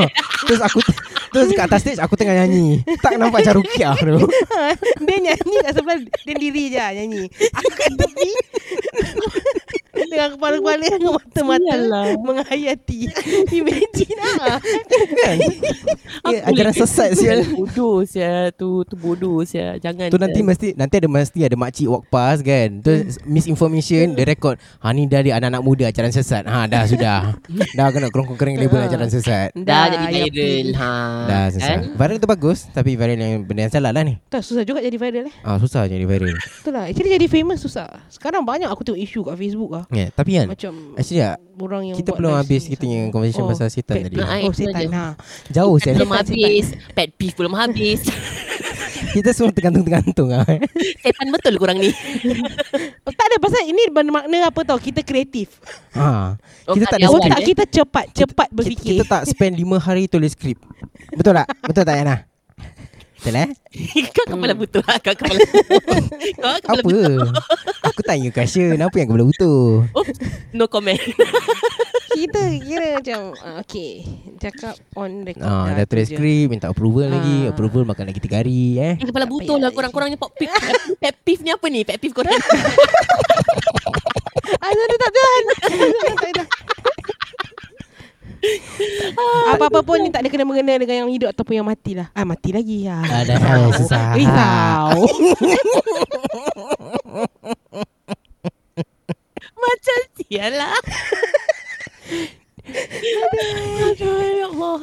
Speaker 1: Terus aku Terus kat atas stage Aku tengah nyanyi Tak nampak macam Rukiah tu
Speaker 2: Ha, dia nyanyi kat sebelah Dia diri je lah nyanyi Aku kat tepi Dengan kepala-kepala Dengan mata-mata
Speaker 3: Sialah.
Speaker 2: Menghayati Imagine lah
Speaker 1: Kan
Speaker 2: ya,
Speaker 1: Eh, Ajaran sesat sial
Speaker 3: Bodoh sial tu, tu bodoh sial. Jangan.
Speaker 1: Tu nanti mesti Nanti ada mesti ada makcik walk past kan Tu misinformation Dia record Ha ni dari anak-anak muda Ajaran sesat Ha dah sudah Dah kena kerong-kerong label Ajaran sesat
Speaker 3: dah jadi viral.
Speaker 2: ya.
Speaker 3: Ha.
Speaker 1: Dah
Speaker 3: kan?
Speaker 1: sesat Viral tu bagus Tapi viral yang benda yang salah lah ni
Speaker 2: Tak susah juga jadi viral eh
Speaker 1: Ah Susah jadi viral
Speaker 2: Itulah Actually jadi famous susah Sekarang banyak aku tengok isu kat Facebook lah
Speaker 1: yeah, Tapi kan
Speaker 2: Macam
Speaker 1: Actually lah
Speaker 2: Orang yang
Speaker 1: Kita
Speaker 2: buat
Speaker 1: belum
Speaker 2: live
Speaker 1: habis
Speaker 2: sini
Speaker 1: kita punya
Speaker 2: sana.
Speaker 1: conversation pasal setan
Speaker 2: pet
Speaker 1: tadi.
Speaker 2: peeve.
Speaker 3: Ah,
Speaker 2: Oh
Speaker 3: itu
Speaker 2: setan
Speaker 3: aja.
Speaker 2: ha.
Speaker 1: Jauh
Speaker 3: Pet
Speaker 1: saya
Speaker 3: belum habis. Pet peeve belum habis.
Speaker 1: Kita semua tergantung-tergantung lah eh.
Speaker 3: Setan betul korang ni.
Speaker 2: Oh, tak ada pasal ini bermakna apa tau Kita kreatif
Speaker 1: ha.
Speaker 3: Oh,
Speaker 1: Kita tak ada
Speaker 3: karyawan,
Speaker 1: skrip.
Speaker 2: Otak
Speaker 3: eh?
Speaker 2: kita cepat Cepat
Speaker 1: Kita, kita
Speaker 2: berfikir
Speaker 1: tak spend 5 hari tulis skrip Betul tak? Betul tak Yana? Betul eh?
Speaker 3: Kau kepala butuh. ah. Kau kepala butuh. Kau kepala
Speaker 1: Apa?
Speaker 3: butuh.
Speaker 1: Aku tanya question Apa yang kau boleh utuh?
Speaker 3: No comment.
Speaker 2: Kita kira macam ah, Okay Cakap on record
Speaker 1: Ah,
Speaker 2: lah
Speaker 1: dah
Speaker 2: tu
Speaker 1: tulis
Speaker 2: je.
Speaker 1: skrip Minta approval lagi
Speaker 2: Ah.
Speaker 1: Approval makan lagi 3 hari eh
Speaker 3: Ni Kepala butuh
Speaker 2: payah.
Speaker 3: lah korang-korang ni pop peeve. Pet peeve ni apa ni? Pet peeve korang.
Speaker 2: Aizana tak tahan Aizana tak tahan. Apa-apa pun ni tak ada kena mengena dengan yang hidup ataupun yang mati lah. Ah mati lagi ya.
Speaker 1: Ah, dah eh, susah.
Speaker 2: Risau.
Speaker 3: Macam sialah. Aduh, ya Allah.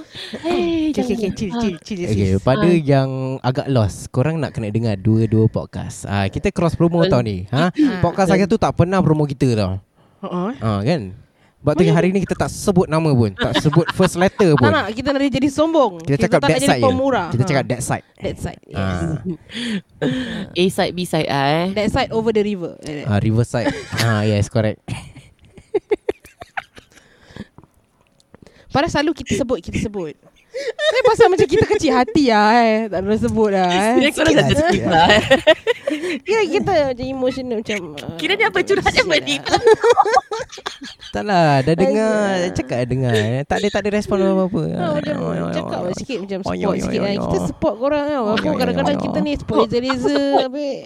Speaker 3: Hey,
Speaker 2: Okay, okay, okay, chill, chill, chill.
Speaker 1: Okay,
Speaker 2: Okay.
Speaker 1: pada
Speaker 3: Ah.
Speaker 1: yang agak lost, korang nak kena dengar dua-dua podcast. Ah, kita cross promo
Speaker 3: Betul.
Speaker 1: tau ni. Ha? Podcast saya tu tak pernah promo kita tau.
Speaker 2: Uh-huh.
Speaker 1: Ha kan Sebab tu hari ni kita tak sebut nama pun Tak sebut first letter
Speaker 2: Tak
Speaker 1: pun
Speaker 2: nak kita nanti jadi sombong.
Speaker 1: Kita cakap
Speaker 2: tak nak
Speaker 1: that
Speaker 2: jadi
Speaker 1: side je
Speaker 2: pemurah.
Speaker 1: Kita
Speaker 2: Ha.
Speaker 1: cakap that side
Speaker 2: that side. Yes.
Speaker 1: Ah,
Speaker 3: A side B side ah eh.
Speaker 2: That side over the river. Like that.
Speaker 1: ah, Reverse side ah, Yes correct
Speaker 2: Padahal selalu kita sebut, kita sebut. Tapi pasal macam kita kecil hati lah eh. Tak boleh sebut lah eh.
Speaker 3: Kira korang dah
Speaker 1: sikit
Speaker 3: terskip
Speaker 1: lah.
Speaker 3: lah eh.
Speaker 2: Kira kita macam emotional macam. ah,
Speaker 3: Kira dia apa curhat dia
Speaker 2: kesian lah.
Speaker 3: buat ni
Speaker 1: Tak lah Dah dengar Cakap dah dengar eh. Tak ada tak ada respon apa-apa
Speaker 2: Ha, macam cakap lah sikit macam
Speaker 1: Oi,
Speaker 2: support
Speaker 1: oi, oi,
Speaker 2: sikit lah.
Speaker 1: oi,
Speaker 2: Kita
Speaker 1: oi.
Speaker 2: support korang tau.
Speaker 1: Oi,
Speaker 2: Apa
Speaker 1: oi, oi,
Speaker 2: kadang-kadang
Speaker 1: oi,
Speaker 2: kita
Speaker 1: oi.
Speaker 2: ni support Reza-Reza.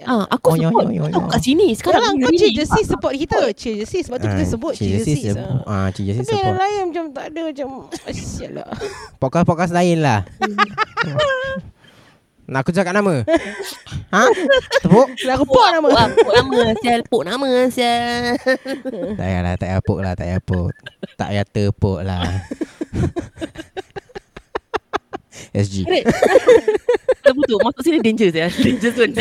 Speaker 3: Ah, aku
Speaker 1: Oh, ya,
Speaker 3: support.
Speaker 1: ya, ya,
Speaker 3: Aku
Speaker 1: ya.
Speaker 3: kat sini sekarang.
Speaker 2: Sekarang
Speaker 3: ni
Speaker 2: kau
Speaker 3: hari
Speaker 2: Cik
Speaker 3: ni.
Speaker 2: Jesse support kita. Cik Jesse sebab oh, tu kita sebut Cik Jesse. ah.
Speaker 1: Ah, Cik Jesse
Speaker 2: Tapi yang
Speaker 1: support
Speaker 2: lain macam tak ada macam Asyik lah
Speaker 1: Podcast-podcast lain lah Nak aku cakap nama Ha? Tepuk?
Speaker 2: Nak report nama
Speaker 3: Wah, pok nama sial, pok nama sial.
Speaker 1: Tak payah lah Tak payah pok lah Tak payah pok Tak payah tepuk lah SG
Speaker 3: Kira- Betul betul masuk sini eh. danger sial. Danger zone.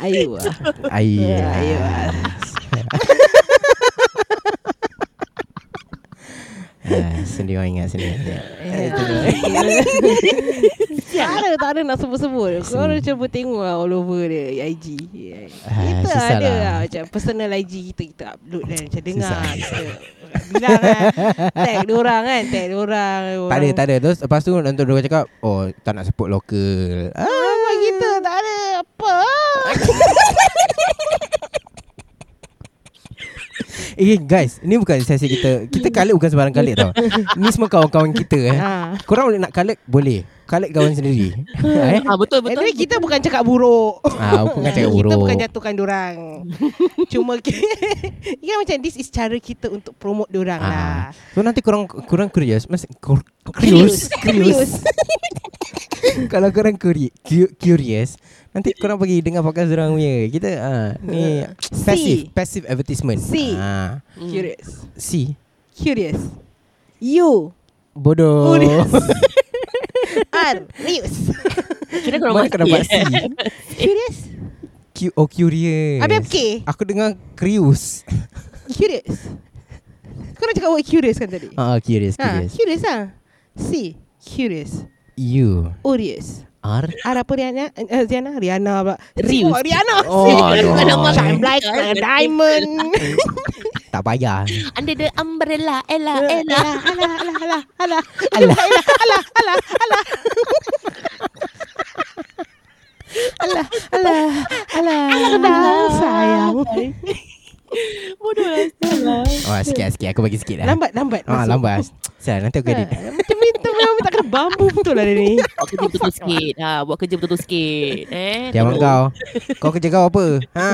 Speaker 2: Ayu lah
Speaker 1: Ayah. Ah, sendiri orang ingat sendiri.
Speaker 2: Tak ada tak ada nak sebut-sebut Kau orang
Speaker 1: Sini.
Speaker 2: cuba tengok lah all over dia IG Yeah.
Speaker 1: Ah,
Speaker 2: Kita
Speaker 1: susah
Speaker 2: ada
Speaker 1: lah.
Speaker 2: lah macam personal IG kita Kita upload kan Macam dengar
Speaker 1: Susah,
Speaker 2: kita Bilang kan Tag diorang kan Tag diorang
Speaker 1: Tak ada, tak ada. Terus lepas tu nanti dia cakap, oh tak nak support lokal. Ah,
Speaker 2: Apa kita tak ada Apa
Speaker 1: Eh guys, ni bukan sesi kita. Kita kalik bukan sembarang kalik tau. Ni semua kawan-kawan kita eh.
Speaker 2: Ah.
Speaker 1: Korang boleh nak kalik? Boleh. Kalik kawan sendiri. eh?
Speaker 3: Ah betul betul.
Speaker 2: Anyway kita bukan cakap buruk
Speaker 1: Ah, bukan cakap
Speaker 2: Kita
Speaker 1: buruk.
Speaker 2: bukan jatuhkan dorang. Cuma ki- ya macam this is cara kita untuk promote dorang lah.
Speaker 1: Ah. So nanti korang kurang curious, mas kur, curious,
Speaker 2: Curious.
Speaker 1: curious. Kalau korang curi, cu- curious, nanti korang pergi dengar podcast orang punya. Kita ah ni passive passive advertisement.
Speaker 2: See.
Speaker 1: Ah,
Speaker 2: Curious.
Speaker 1: C.
Speaker 2: Curious. You.
Speaker 1: Bodoh.
Speaker 2: Curious. Are. News.
Speaker 3: Kira korang eh,
Speaker 1: Mana kau dapat C?
Speaker 2: Curious.
Speaker 1: Cu- oh curious.
Speaker 2: Habis K.
Speaker 1: Aku dengar curious.
Speaker 2: Curious. Kau nak cakap word curious kan tadi?
Speaker 1: Ah, curious,
Speaker 2: Ha,
Speaker 1: curious.
Speaker 2: curious lah. C. Curious.
Speaker 1: U
Speaker 2: Urious.
Speaker 1: R
Speaker 2: Ada apa Rihanna? Eh, Rihanna? Rihanna pula.
Speaker 3: Rius.
Speaker 2: Sibuk Rihanna.
Speaker 1: Oh,
Speaker 3: aduh.
Speaker 2: Shine like a diamond.
Speaker 1: tak payah.
Speaker 3: Under the umbrella Ella
Speaker 1: Ya,
Speaker 3: Ella.
Speaker 2: Alah, Ah, alah, alah, alah, alah. Alah, alah, alah, alah, alah. Alah, alah, alah, alah, sayang.
Speaker 3: Bodoh lah.
Speaker 1: Oh, sikit sikit aku bagi sikit lah.
Speaker 2: Lambat, lambat.
Speaker 1: Ah, lambat. Saya nanti aku
Speaker 2: Ha,
Speaker 1: edit.
Speaker 2: Macam minta memang tak kena bambu betul lah dia ni.
Speaker 3: Buat kerja betul-betul sikit. Ha, buat kerja betul-betul sikit. Eh.
Speaker 1: Diam kau. Kau kerja kau apa? Ha?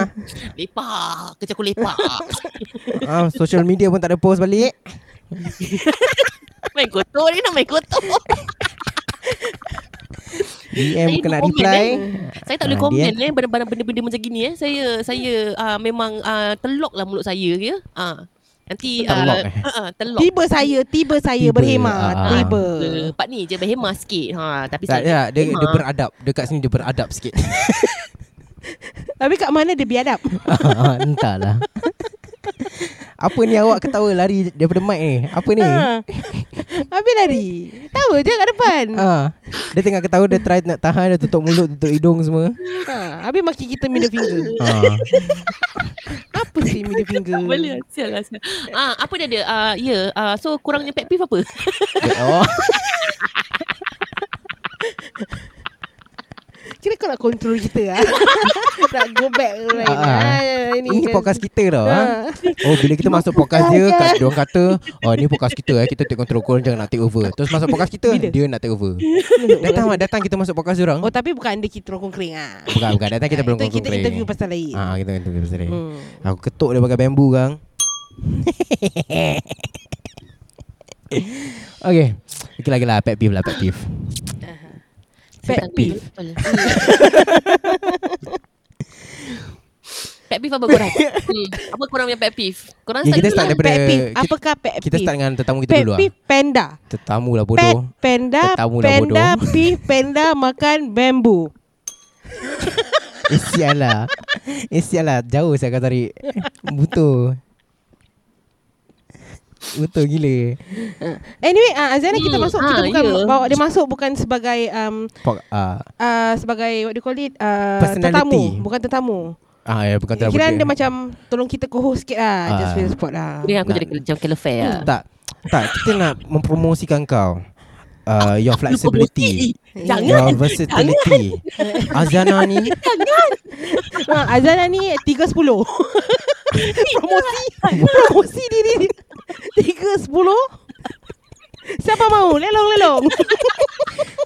Speaker 3: Lepak. Kerja aku lepak.
Speaker 1: Ah, social media pun tak ada post balik.
Speaker 3: main kotor ni nak main kotor.
Speaker 1: DM
Speaker 3: Saya no
Speaker 1: kena
Speaker 3: comment,
Speaker 1: reply.
Speaker 3: eh. Saya tak boleh
Speaker 1: Ah,
Speaker 3: komen
Speaker 1: dia-
Speaker 3: eh benda-benda benda-benda macam gini eh. Saya saya uh, memang uh, telok lah mulut saya ya. Ah. Nanti
Speaker 1: Terlok,
Speaker 3: uh,
Speaker 1: eh?
Speaker 3: uh, telok.
Speaker 2: Tiba saya, tiba saya
Speaker 1: Tiba,
Speaker 2: berhema.
Speaker 1: ah, ah.
Speaker 2: Tiba.
Speaker 3: Uh, Pak ni je berhemah sikit. Ha, tapi
Speaker 1: Tak,
Speaker 3: saya
Speaker 1: ya, dia, dia
Speaker 3: berhemah.
Speaker 1: beradab. Dekat sini dia beradab sikit.
Speaker 2: Tapi kat mana dia biadab?
Speaker 1: Ah, Entahlah. Apa ni awak ketawa lari daripada mic ni? Apa ni?
Speaker 2: Ha. Habis lari. Tahu je kat depan.
Speaker 1: Ah, dia tengah ketawa dia try nak tahan dia tutup mulut, tutup hidung semua.
Speaker 2: Ha. Habis maki kita middle finger.
Speaker 1: Ah.
Speaker 2: Apa sih middle finger?
Speaker 3: Tak boleh sial lah sial. Ah, apa dia ada? Ah, ya, yeah, ah, so kurangnya pet peeve apa?
Speaker 1: Oh.
Speaker 2: Kira kau nak control kita ah. nak go back right.
Speaker 1: Ah, ah.
Speaker 2: Ah,
Speaker 1: Ini
Speaker 2: kan.
Speaker 1: podcast kita tau. Ha?
Speaker 2: Ah.
Speaker 1: Oh bila kita masuk podcast dia kat dia orang kata, "Oh ni podcast kita eh, kita take control korang jangan nak take over." Terus masuk podcast kita, dia nak take over. Datang datang kita masuk podcast dia orang.
Speaker 2: Oh tapi bukan anda kita rokong kering ah.
Speaker 1: Bukan bukan datang kita
Speaker 2: Ah,
Speaker 1: belum
Speaker 2: itu Kita
Speaker 1: complain.
Speaker 2: interview pasal lain.
Speaker 1: Ah kita interview pasal dia.
Speaker 2: Hmm.
Speaker 1: Aku ketuk dia pakai bambu kang. okay. Okay lah, okay lah. Pet peeve lah, pet peeve.
Speaker 2: Pet
Speaker 1: peeve.
Speaker 3: Pet peeve apa korang? hmm. Apa korang punya pet peeve? Korang
Speaker 1: Ni Eh, Ya, kita start
Speaker 3: dulu lah.
Speaker 1: daripada...
Speaker 2: Ah, Pet peeve.
Speaker 1: kita-
Speaker 2: Apakah pet
Speaker 1: Kita
Speaker 2: peeve?
Speaker 1: start dengan tetamu kita
Speaker 2: Pet
Speaker 1: dulu lah.
Speaker 2: peeve panda.
Speaker 1: Tetamu lah
Speaker 2: Pet
Speaker 1: bodoh.
Speaker 2: panda
Speaker 1: Tetamu lah
Speaker 2: panda
Speaker 1: bodoh.
Speaker 2: pi panda makan bambu.
Speaker 1: Eh sial lah. Eh sial lah. Jauh saya akan tarik. Butuh. Betul gila
Speaker 2: Anyway, uh, Azana kita
Speaker 3: Hmm,
Speaker 2: masuk
Speaker 3: ah,
Speaker 2: kita bukan
Speaker 3: ya.
Speaker 2: bawa dia masuk bukan sebagai um,
Speaker 1: Pok, uh,
Speaker 2: uh, sebagai what do you call it uh,
Speaker 1: Personality.
Speaker 2: tetamu, bukan tetamu.
Speaker 1: ah, ya, bukan tak
Speaker 2: Kira
Speaker 1: boleh.
Speaker 2: dia macam tolong kita co-host sikit lah,
Speaker 1: Ah.
Speaker 2: just for the support lah.
Speaker 3: Dia aku
Speaker 1: Nak-
Speaker 3: jadi macam Calafel lah
Speaker 1: Tak Tak kita nak mempromosikan kau uh, Your flexibility Your
Speaker 3: Eh, Oh, Jangan
Speaker 1: versatility Azana ni
Speaker 2: Ha, Azana ni 3.10 Promosi Promosi diri dia 3.10 Siapa mau? Lelong, lelong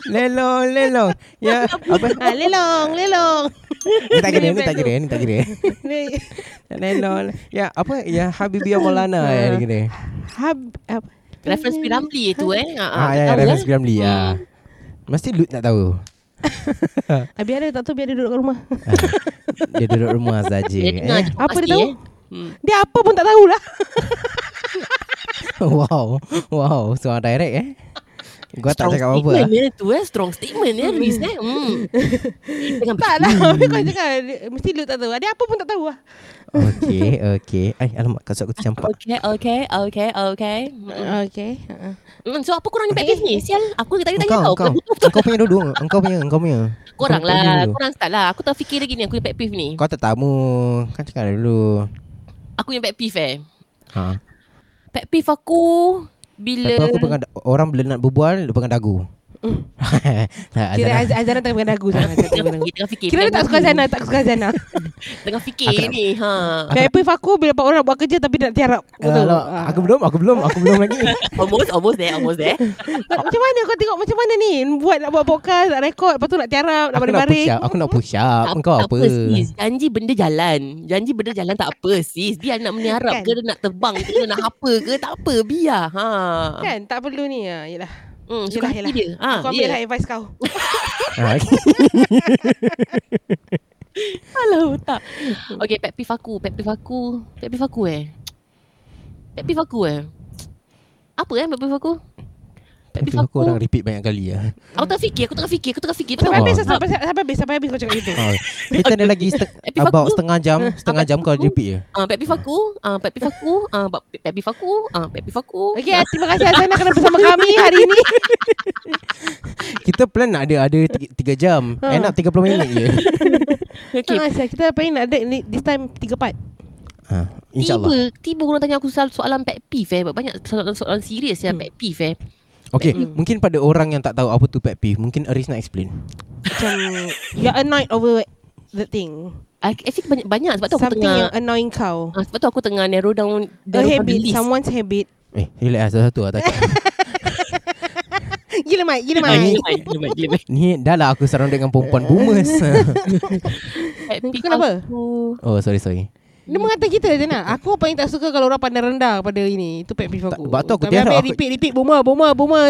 Speaker 1: Lelong Lelong Ya Apa
Speaker 2: ha, Lelong, lelong
Speaker 1: Ni tak kira Ni tak kira Ni tak kira
Speaker 2: Ni-
Speaker 1: Lelong Ya apa Ya Habibie Maulana Ya dia kira
Speaker 2: Hab, hab,
Speaker 3: Reference P. Ramlee tu eh
Speaker 1: Ah, ya, ya, reference Gramli ya. Mesti Lut nak tahu
Speaker 2: ah, Biar dia tak tahu Biar dia duduk kat rumah
Speaker 1: Dia duduk rumah saja
Speaker 3: Dia dengar
Speaker 1: eh.
Speaker 3: je
Speaker 2: Apa dia
Speaker 3: pasti,
Speaker 2: tahu?
Speaker 3: eh. Hmm.
Speaker 2: Dia apa pun tak lah. tahulah
Speaker 1: Wow Wow Suara direct eh Gua tak
Speaker 3: Strong
Speaker 1: cakap apa-apa
Speaker 3: statement
Speaker 1: lah.
Speaker 3: eh, tu eh Strong statement eh Riz eh hmm. Jangan
Speaker 2: Tak lah Habis kau cakap dia- Mesti lu tak tahu Dia apa pun tak tahu lah
Speaker 1: Okay Okay Ay, Alamak kasut aku tercampak
Speaker 3: Okay, okay, okay, okay.
Speaker 2: Okay ha.
Speaker 3: Hmm, so apa korang ni back ni? Sial, aku tadi tanya
Speaker 1: Engkau
Speaker 3: tau.
Speaker 1: Engkau Engkau punya dulu Engkau punya Engkau punya
Speaker 3: Korang
Speaker 1: Engkau punya
Speaker 3: lah,
Speaker 1: dulu.
Speaker 3: korang start lah. Aku tak fikir lagi ni aku punya pet peeve ni.
Speaker 1: Kau tetamu Kan cakap dulu
Speaker 3: Aku punya pet peeve eh.
Speaker 1: Ha
Speaker 3: Pet peeve aku bila Ah,
Speaker 1: Lepas aku pegang Orang bila nak berbual Dia pegang dagu Nah,
Speaker 2: Kira
Speaker 1: Azana,
Speaker 2: Az- Azana tak pernah dagu sangat tak
Speaker 3: tengah
Speaker 2: pernah dagu.
Speaker 3: fikir, tengah fikir.
Speaker 2: Kira dia tak suka Azana Tak suka Azana
Speaker 3: Tengah fikir ni. Ha.
Speaker 2: Kayak pif aku Bila empat orang nak buat kerja Tapi dia nak tiarap Kau
Speaker 1: Alah,
Speaker 2: tahu?
Speaker 1: alah,
Speaker 2: Ah.
Speaker 1: Aku belum Aku belum Aku belum lagi
Speaker 3: Almost, almost there, almost there.
Speaker 2: Tak, macam mana kau tengok macam mana ni Buat nak buat podcast Nak rekod Lepas tu nak tiarap Nak
Speaker 1: Aku nak push
Speaker 2: baring-baring
Speaker 1: up Aku nak push up
Speaker 3: Tak-
Speaker 1: Engkau
Speaker 3: tak
Speaker 1: apa
Speaker 3: sis. Janji benda jalan. Janji benda jalan tak apa sis. Biar nak meniarap
Speaker 2: Kan?
Speaker 3: ke, dia nak terbang ke, dia nak apa ke, tak apa. Biar. Ha.
Speaker 2: Kan tak perlu ni ah, Yelah
Speaker 3: Hmm,
Speaker 2: Yelah,
Speaker 3: suka hati
Speaker 2: yelah.
Speaker 3: dia. Ha,
Speaker 2: Kau ambil
Speaker 3: dia.
Speaker 2: lah advice kau
Speaker 1: Ah,
Speaker 3: Alah tak Okay pet peeve aku Pet peeve aku Pet peeve aku eh Pet peeve aku eh Apa eh pet peeve aku Pet
Speaker 1: Tapi
Speaker 3: peeve
Speaker 1: aku
Speaker 3: aku
Speaker 1: orang repeat banyak kali ya.
Speaker 3: Aku tak fikir Aku tengah fikir Aku tengah fikir
Speaker 2: Sampai
Speaker 1: Oh.
Speaker 2: habis Sampai sampai habis Sampai habis kau cakap gitu
Speaker 1: Oh, kita ada lagi seteng-
Speaker 3: Tapi
Speaker 1: about
Speaker 3: aku-
Speaker 1: setengah jam, setengah jam kau repeat ya. je.
Speaker 3: Ah, Pet peeve aku ah, Pet peeve aku ah, bab- Pet peeve aku ah, Pet peeve aku
Speaker 2: Okay terima kasih Azana Kerana bersama kami hari ini
Speaker 1: Kita plan nak ada ada 3 jam.
Speaker 2: Ha.
Speaker 1: End up 30 minit je.
Speaker 3: Okay
Speaker 2: okay. Kita pengen nak ada ni- This time tiga part
Speaker 1: Ha,
Speaker 3: Tiba
Speaker 1: insyaallah.
Speaker 3: Tiba orang tanya aku soal- soalan pet peeve eh Banyak soalan-soalan serius ya Pet peeve eh
Speaker 1: Okay, mungkin pada orang yang tak tahu apa tu pet peeve, mungkin Aris nak explain.
Speaker 2: Macam You're annoyed over The thing
Speaker 3: Ah, Actually banyak-banyak Sebab tu aku
Speaker 2: Something yang
Speaker 3: tengah
Speaker 2: annoying kau
Speaker 3: ah, Sebab tu aku tengah narrow
Speaker 2: A
Speaker 3: down narrow down the
Speaker 2: habit
Speaker 3: list.
Speaker 2: Someone's habit
Speaker 1: Eh, relax lah satu lah tak.
Speaker 2: Gila Mike Gila Mike
Speaker 3: Ah, gila, Mai, gila, Mai, gila, Mai.
Speaker 1: Ni dah lah aku surrounded dengan perempuan boomers.
Speaker 3: Pet peeve
Speaker 2: Kenapa?
Speaker 3: aku-
Speaker 1: oh, sorry sorry.
Speaker 2: Dia mengata kita je nak Aku paling tak suka Kalau orang pandang rendah Pada ini Itu pet peeve
Speaker 1: Tak,
Speaker 2: aku
Speaker 1: sebab tu aku
Speaker 2: Tapi
Speaker 1: tiarap,
Speaker 2: ambil
Speaker 1: aku-
Speaker 2: repeat repeat Boomer boomer boomer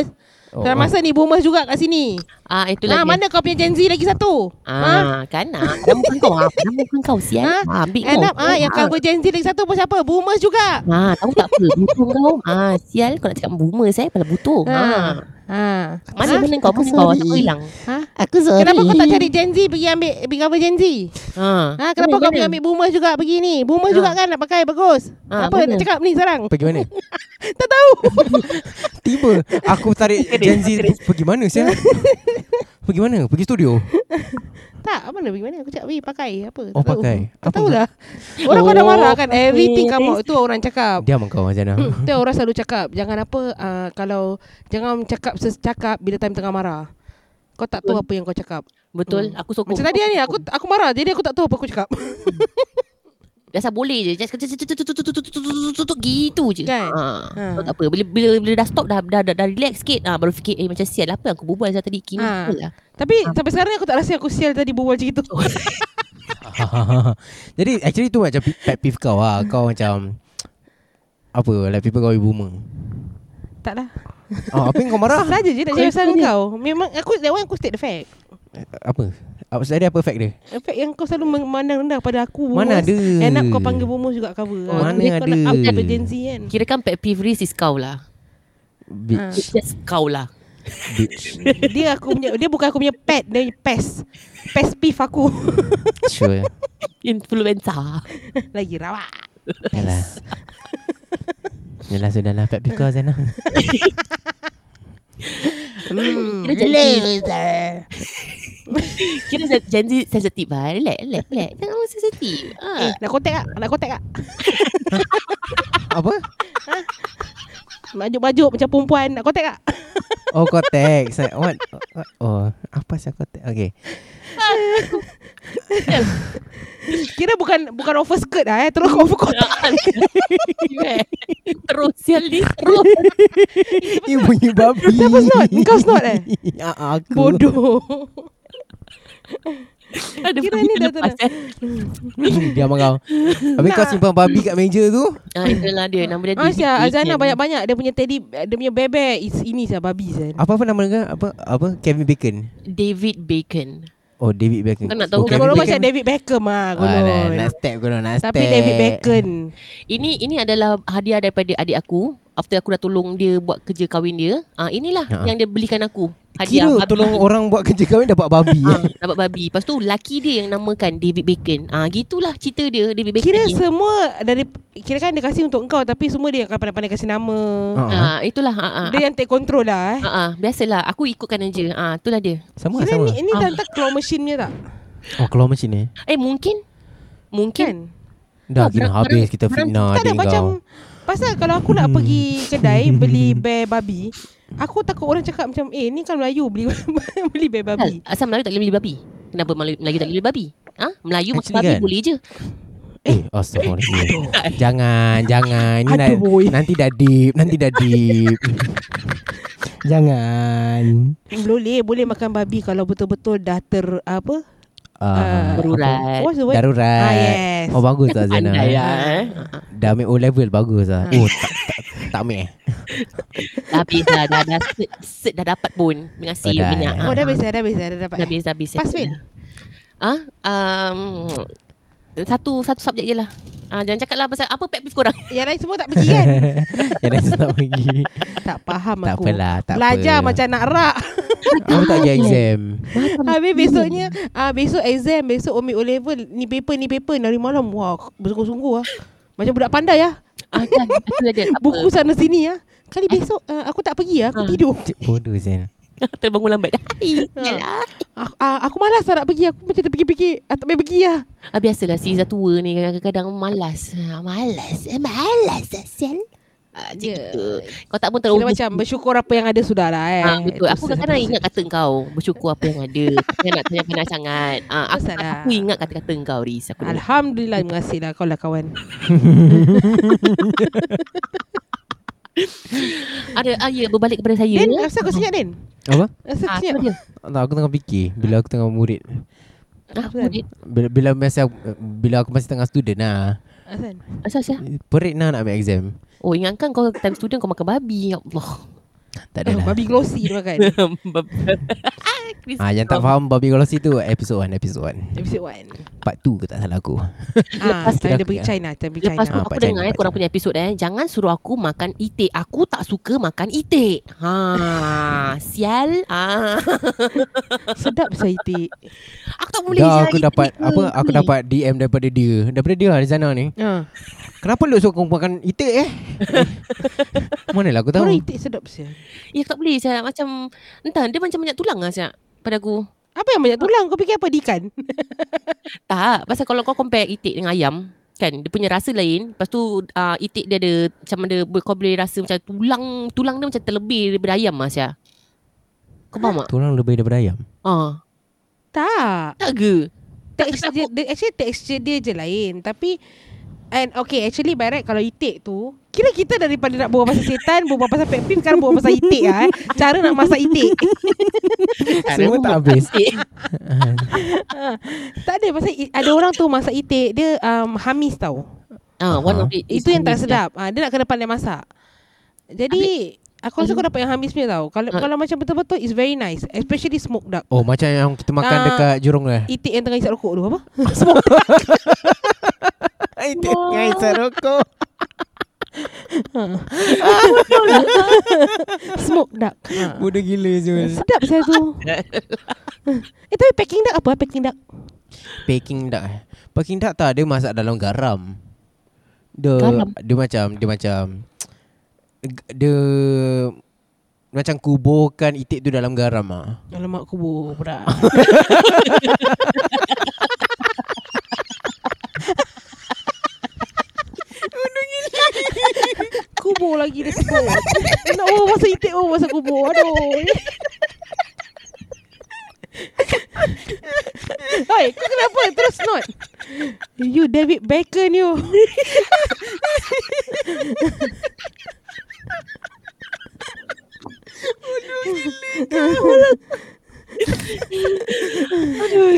Speaker 1: Oh,
Speaker 2: Dalam masa ni boomers juga kat sini.
Speaker 3: Ah itu
Speaker 2: Ha,
Speaker 3: lagi.
Speaker 2: mana kau punya Gen Z lagi satu? Ha?
Speaker 3: Ah, kan ah. Nama pun kau ah. Nama pun kau sial.
Speaker 2: Ha?
Speaker 3: Ah, ambil kau.
Speaker 2: Anak ah yang kau punya Gen Z lagi satu pun siapa? Boomers juga.
Speaker 3: Ah, tahu tak apa. Butung kau. Ah, sial kau nak cakap boomer saya pala butung.
Speaker 2: Ha.
Speaker 3: Ah.
Speaker 2: Ha.
Speaker 3: Mana
Speaker 2: Ha?
Speaker 3: mana kau pun kau asal kau hilang.
Speaker 2: ha?
Speaker 4: Aku sorry
Speaker 2: Kenapa kau tak cari Gen Z pergi ambil pergi cover Gen Z?
Speaker 3: Ha.
Speaker 2: Ha, kenapa
Speaker 3: Mana,
Speaker 2: kau pergi
Speaker 3: mana?
Speaker 2: ambil boomers juga pergi ni? Boomers
Speaker 3: Ha.
Speaker 2: juga kan nak pakai bagus.
Speaker 3: Ha,
Speaker 2: Apa
Speaker 3: mana?
Speaker 2: nak cakap ni sekarang?
Speaker 1: Pergi mana?
Speaker 2: Tak tahu.
Speaker 1: Tiba aku tarik Gen Z pergi mana sial? pergi mana? Pergi studio.
Speaker 2: tak, apa nak pergi mana? Aku cakap, "Weh, pakai apa?"
Speaker 1: Oh, pakai.
Speaker 2: Tak
Speaker 1: Apa
Speaker 2: tahu
Speaker 1: kau-
Speaker 2: lah. Orang kau dah
Speaker 3: Oh,
Speaker 2: marah kan
Speaker 3: pakai.
Speaker 2: everything kamu tu orang cakap.
Speaker 1: Diam kau Azana.
Speaker 2: Tu yang orang selalu cakap Jangan apa uh, Kalau Jangan cakap Secakap Bila time tengah marah Kau tak tahu apa yang kau cakap
Speaker 3: Betul.
Speaker 2: Hmm.
Speaker 3: Aku sokong.
Speaker 2: Macam tadi ni Aku aku marah Jadi aku tak tahu apa aku cakap
Speaker 3: Dasar boleh je. Just kata gitu je.
Speaker 2: Kan? Ha.
Speaker 3: Ha. Tak apa. Bila bila bila dah stop dah dah dah, dah relax sikit. Ah baru fikir eh macam sial lah, apa yang aku berbual saya tadi kini
Speaker 2: Ha.
Speaker 3: betul lah.
Speaker 2: Tapi sampai sekarang Aku tak rasa aku sial tadi Berbual macam itu
Speaker 1: Jadi actually tu macam pi- pet peeve kau lah Kau macam Apa Like people call you boomer
Speaker 2: Tak lah
Speaker 1: ah, Apa yang kau marah
Speaker 2: Saja je nak cakap pasal kau Memang aku That one aku state the fact
Speaker 1: Apa Apa Saya apa fact dia
Speaker 2: The fact yang kau selalu memandang rendah Pada aku
Speaker 1: Mana
Speaker 2: boomers.
Speaker 1: ada
Speaker 2: And up kau panggil boomers juga cover
Speaker 1: Oh, mana
Speaker 2: Jadi kau nak
Speaker 1: ada.
Speaker 2: up level Gen Z kan
Speaker 3: Kira kan pet peeve Riz is kau lah.
Speaker 2: Hmm. Ha.
Speaker 1: Bitch
Speaker 3: It's just kau lah.
Speaker 1: Bitch
Speaker 2: Dia aku punya Dia bukan aku punya pet Dia punya pest Pest beef aku
Speaker 1: Sure
Speaker 3: Influencer.
Speaker 2: Lagi rawak
Speaker 1: Yalah Yalah sudahlah Pep Pico Zainal
Speaker 2: Hmm.
Speaker 3: Kira janji Kira jan- janji sensitif lah Relax relax relax Jangan orang sensitif
Speaker 2: Eh,
Speaker 3: ha.
Speaker 2: nak kontak tak? Nak kontak tak?
Speaker 1: Apa?
Speaker 2: Majuk-majuk macam perempuan. Nak kontak tak?
Speaker 1: Oh kotek Saya what? what? Oh apa saya kotek? Okay.
Speaker 2: Kira bukan bukan over skirt lah eh. Terus over kontak.
Speaker 3: Terus sial ni Terus
Speaker 1: Ini bunyi babi.
Speaker 2: That was not. Kau was not eh?
Speaker 1: Ah, aku.
Speaker 2: Bodoh.
Speaker 3: Ada
Speaker 2: Kira
Speaker 3: bunyi
Speaker 2: ni dah
Speaker 3: lepas, eh.
Speaker 1: Diam kau. Habis kau
Speaker 2: Nak.
Speaker 1: simpan babi kat meja tu.
Speaker 3: Ah, itulah dia Nama dia
Speaker 2: Ah, sia,
Speaker 3: Dick
Speaker 2: Azana
Speaker 3: Bacon.
Speaker 2: banyak-banyak dia punya teddy, dia punya bebek. Is, ini sia babi sia.
Speaker 3: Ah,
Speaker 1: Apa apa nama dia? Apa apa Kevin Bacon.
Speaker 3: David Bacon
Speaker 1: Oh David Bacon.
Speaker 3: Kau nak
Speaker 1: oh,
Speaker 3: tahu
Speaker 2: Kau
Speaker 3: Kevin
Speaker 2: orang
Speaker 3: Bacon.
Speaker 2: macam David Beckham
Speaker 1: Ah,
Speaker 2: ah,
Speaker 1: nak, nak
Speaker 2: golon.
Speaker 1: step kau nak step.
Speaker 2: Tapi David Beckham.
Speaker 3: Ini ini adalah hadiah daripada adik aku After aku dah tolong dia Buat kerja kahwin dia ah, Inilah
Speaker 1: Ha.
Speaker 3: yang dia belikan aku Hadiah
Speaker 1: Kira
Speaker 3: babi.
Speaker 1: tolong orang buat kerja kahwin dapat babi.
Speaker 3: Ah,
Speaker 1: eh.
Speaker 3: dapat babi. Lepas tu laki dia yang namakan David Bacon. Ah gitulah cerita dia David Bacon.
Speaker 2: Kira
Speaker 3: ni.
Speaker 2: semua dari kira kan dia kasih untuk kau tapi semua dia akan pandai-pandai kasih nama.
Speaker 1: Ah,
Speaker 3: ah itulah ah ah.
Speaker 2: Dia yang take control lah eh.
Speaker 3: Ah, ah biasalah aku ikutkan aja. Ah itulah dia.
Speaker 1: sama
Speaker 2: Kira
Speaker 1: sama.
Speaker 2: ni, ni
Speaker 3: Ah.
Speaker 2: dah hantar claw machine punya tak?
Speaker 1: Oh kalau macam ni.
Speaker 3: Eh mungkin mungkin
Speaker 2: Kan?
Speaker 1: Dah
Speaker 3: Oh,
Speaker 1: kira
Speaker 3: barang-
Speaker 1: habis
Speaker 3: barang-
Speaker 1: kita
Speaker 3: barang-
Speaker 1: fitnah
Speaker 2: Tak ada
Speaker 1: adik
Speaker 2: macam
Speaker 1: kau. Hmm.
Speaker 2: Pasal kalau aku nak pergi kedai Beli bear babi Aku takut orang cakap macam Eh ni kan Melayu Beli beli bear
Speaker 3: Hal,
Speaker 2: babi
Speaker 3: asal Melayu tak boleh beli babi. Kenapa Melayu, Melayu tak boleh beli babi? Ha? Melayu makan
Speaker 1: Actually
Speaker 3: babi
Speaker 1: kan.
Speaker 3: boleh je.
Speaker 1: Eh, astagfirullahaladzim. Jangan, jangan. Ini nak,
Speaker 2: Aduh, boy.
Speaker 1: nanti dah deep, nanti dah deep. jangan.
Speaker 2: Eh, Boleh Boleh makan babi Kalau betul-betul dah ter Apa
Speaker 1: Ah,
Speaker 3: Berurat.
Speaker 2: What's the word
Speaker 1: Darurat.
Speaker 2: Uh, Ah, yes. ya.
Speaker 1: Oh, bagus tak Zainal?
Speaker 3: Pandai lah. eh.
Speaker 1: Dah ambil O-level, bagus lah. Oh,
Speaker 2: Hmm.
Speaker 1: tak, tak, tak ambil eh?
Speaker 3: Tapi dah dah dah set, set dah dapat pun. Terima
Speaker 1: Oh,
Speaker 3: kasih
Speaker 1: dah,
Speaker 3: banyak.
Speaker 1: eh.
Speaker 2: Oh
Speaker 3: Ah,
Speaker 2: dah
Speaker 3: ah.
Speaker 2: habis dah dah habis dah, dah dapat eh?
Speaker 3: Dah habis dah habis. eh?
Speaker 2: Pass fail
Speaker 3: Ah, um, satu satu subjek je lah. Ah, jangan cakap lah pasal apa pet peeve korang.
Speaker 2: Yang lain semua tak pergi kan
Speaker 1: Yang lain tu tak pergi.
Speaker 2: Tak faham
Speaker 1: Tak
Speaker 2: aku
Speaker 1: apalah, tak
Speaker 2: Belajar
Speaker 1: apa.
Speaker 2: macam nak rak
Speaker 1: Aku tak pergi exam.
Speaker 2: Habis besoknya ah Besok exam Besok ambil O level Ni paper ni paper Dari malam Wah bersungguh-sungguh lah Macam budak pandai lah
Speaker 3: Ah, kan, itulah dia. Apa? Eh.
Speaker 2: Buku sana sini ah. Kali besok uh, aku tak pergi ah, aku
Speaker 3: Ah.
Speaker 2: tidur.
Speaker 1: Bodoh Zainal.
Speaker 3: Terbangun lambat Yalah
Speaker 2: Aku, ah, aku malas lah nak pergi. Aku macam terfikir-fikir, ah, tak payah pergi lah.
Speaker 3: ah, Biasalah si Izzah tua ni Kadang-kadang malas ah, Malas eh, Malas lah Sial ah, Macam
Speaker 2: Ya.
Speaker 3: gitu Kau tak pun
Speaker 2: Kira
Speaker 3: terlalu
Speaker 2: macam bersyukur apa yang ada sudah lah eh.
Speaker 3: Ah, betul.
Speaker 2: Itu
Speaker 3: Aku kadang-kadang
Speaker 2: se-
Speaker 3: ingat kata kau Bersyukur apa yang ada Jangan nak tanya panas sangat ah, aku,
Speaker 2: Pasal lah.
Speaker 3: aku ingat kata-kata kau Riz Aku dulu.
Speaker 2: Alhamdulillah, terima kasih lah kau lah kawan.
Speaker 3: Ada ah, ya, Berbalik kepada saya
Speaker 2: Din, rasa kau senyap Din?
Speaker 1: Apa?
Speaker 2: Rasa kau
Speaker 3: Ah,
Speaker 2: senyap?
Speaker 3: apa dia?
Speaker 1: Tak, aku tengah fikir. Bila aku tengah murid.
Speaker 3: Ah,
Speaker 2: Apa
Speaker 3: murid.
Speaker 1: Bila, bila, masa, bila aku masih tengah student lah.
Speaker 2: Asal?
Speaker 3: Asal asal
Speaker 1: Perit lah nak ambil exam.
Speaker 3: Oh ingatkan kau time student Kau makan babi Ya Allah
Speaker 1: Tak ada
Speaker 2: Oh,
Speaker 1: lah.
Speaker 2: babi glossy dia makan.
Speaker 3: Chris
Speaker 1: Ah, yang tak faham
Speaker 3: Brown.
Speaker 1: Babi Golossi tu episode 1, episode 1.
Speaker 2: Episode 1.
Speaker 1: Part 2 ke tak salah aku.
Speaker 2: Ah,
Speaker 3: Lepas-
Speaker 2: time dia
Speaker 1: Kira-
Speaker 2: pergi China, time pergi
Speaker 3: Lepas tu
Speaker 2: China.
Speaker 1: Ah,
Speaker 3: aku
Speaker 1: Pak
Speaker 3: dengar
Speaker 1: China,
Speaker 3: eh,
Speaker 1: Pak
Speaker 3: korang
Speaker 1: China.
Speaker 3: punya episod eh Jangan suruh aku makan itik Aku tak suka makan itik Ha Sial ah.
Speaker 2: Sedap saya itik.
Speaker 3: Aku tak boleh
Speaker 1: Dah
Speaker 3: sial,
Speaker 1: aku
Speaker 3: itik
Speaker 1: dapat
Speaker 3: ke?
Speaker 1: apa aku
Speaker 3: Boleh.
Speaker 1: dapat DM daripada dia. Daripada dia lah di sana ni.
Speaker 2: Ha.
Speaker 1: Kenapa lu suka makan itik eh? Mana lah aku
Speaker 2: Orang
Speaker 1: tahu.
Speaker 2: itik sedap saya.
Speaker 3: Ya aku tak boleh sial Macam Entah dia macam banyak tulang lah sial Pada aku
Speaker 2: Apa yang banyak tulang? Kau fikir apa? Dikan?
Speaker 3: Tak Pasal kalau kau compare itik dengan ayam Kan Dia punya rasa lain Lepas tu uh, Itik dia ada Macam ada Kau boleh rasa macam tulang Tulang dia macam terlebih daripada ayam lah sial Kau faham tak?
Speaker 1: Tulang lebih daripada ayam.
Speaker 3: Ah,
Speaker 2: Tak.
Speaker 3: tak ke?
Speaker 2: texture dia, dia- actually texture dia je lain tapi and okay actually by right kalau itik tu kira kita daripada nak berbual pasal setan berbual pasal pet peeve sekarang berbual pasal itik lah eh. cara nak masak itik
Speaker 1: Semua tak habis.
Speaker 3: Itik.
Speaker 2: tak ada pasal i- ada orang tu masak itik dia um, hamis tau
Speaker 3: Ah, one
Speaker 1: Aha.
Speaker 3: of it is
Speaker 2: itu yang tak
Speaker 3: only-
Speaker 2: sedap ha, dia nak kena pandai masak jadi aku rasa kau dapat yang hamis punya tau kalau
Speaker 3: Ah.
Speaker 2: kalau macam betul-betul it's very nice especially smoked duck
Speaker 1: Oh macam yang kita makan
Speaker 2: Ah.
Speaker 1: dekat Jurong lah.
Speaker 2: itik yang tengah isap rokok tu apa
Speaker 1: Itik dengan isap rokok.
Speaker 2: smoked duck ha.
Speaker 1: Bodoh gila Zul.
Speaker 2: sedap saya tu eh tapi packing duck apa packing duck
Speaker 1: Peking duck. eh. Peking duck tak dia masak dalam garam. Dia
Speaker 3: Garam?
Speaker 1: dia macam dia macam g- dia macam kuburkan itik tu dalam garam ah.
Speaker 2: Alamak kubur pula. kubur lagi dia sebut. Nak oh pasal itik oh pasal kubur. Aduh. Oi, kau kenapa? Terus not. You David Beckham you.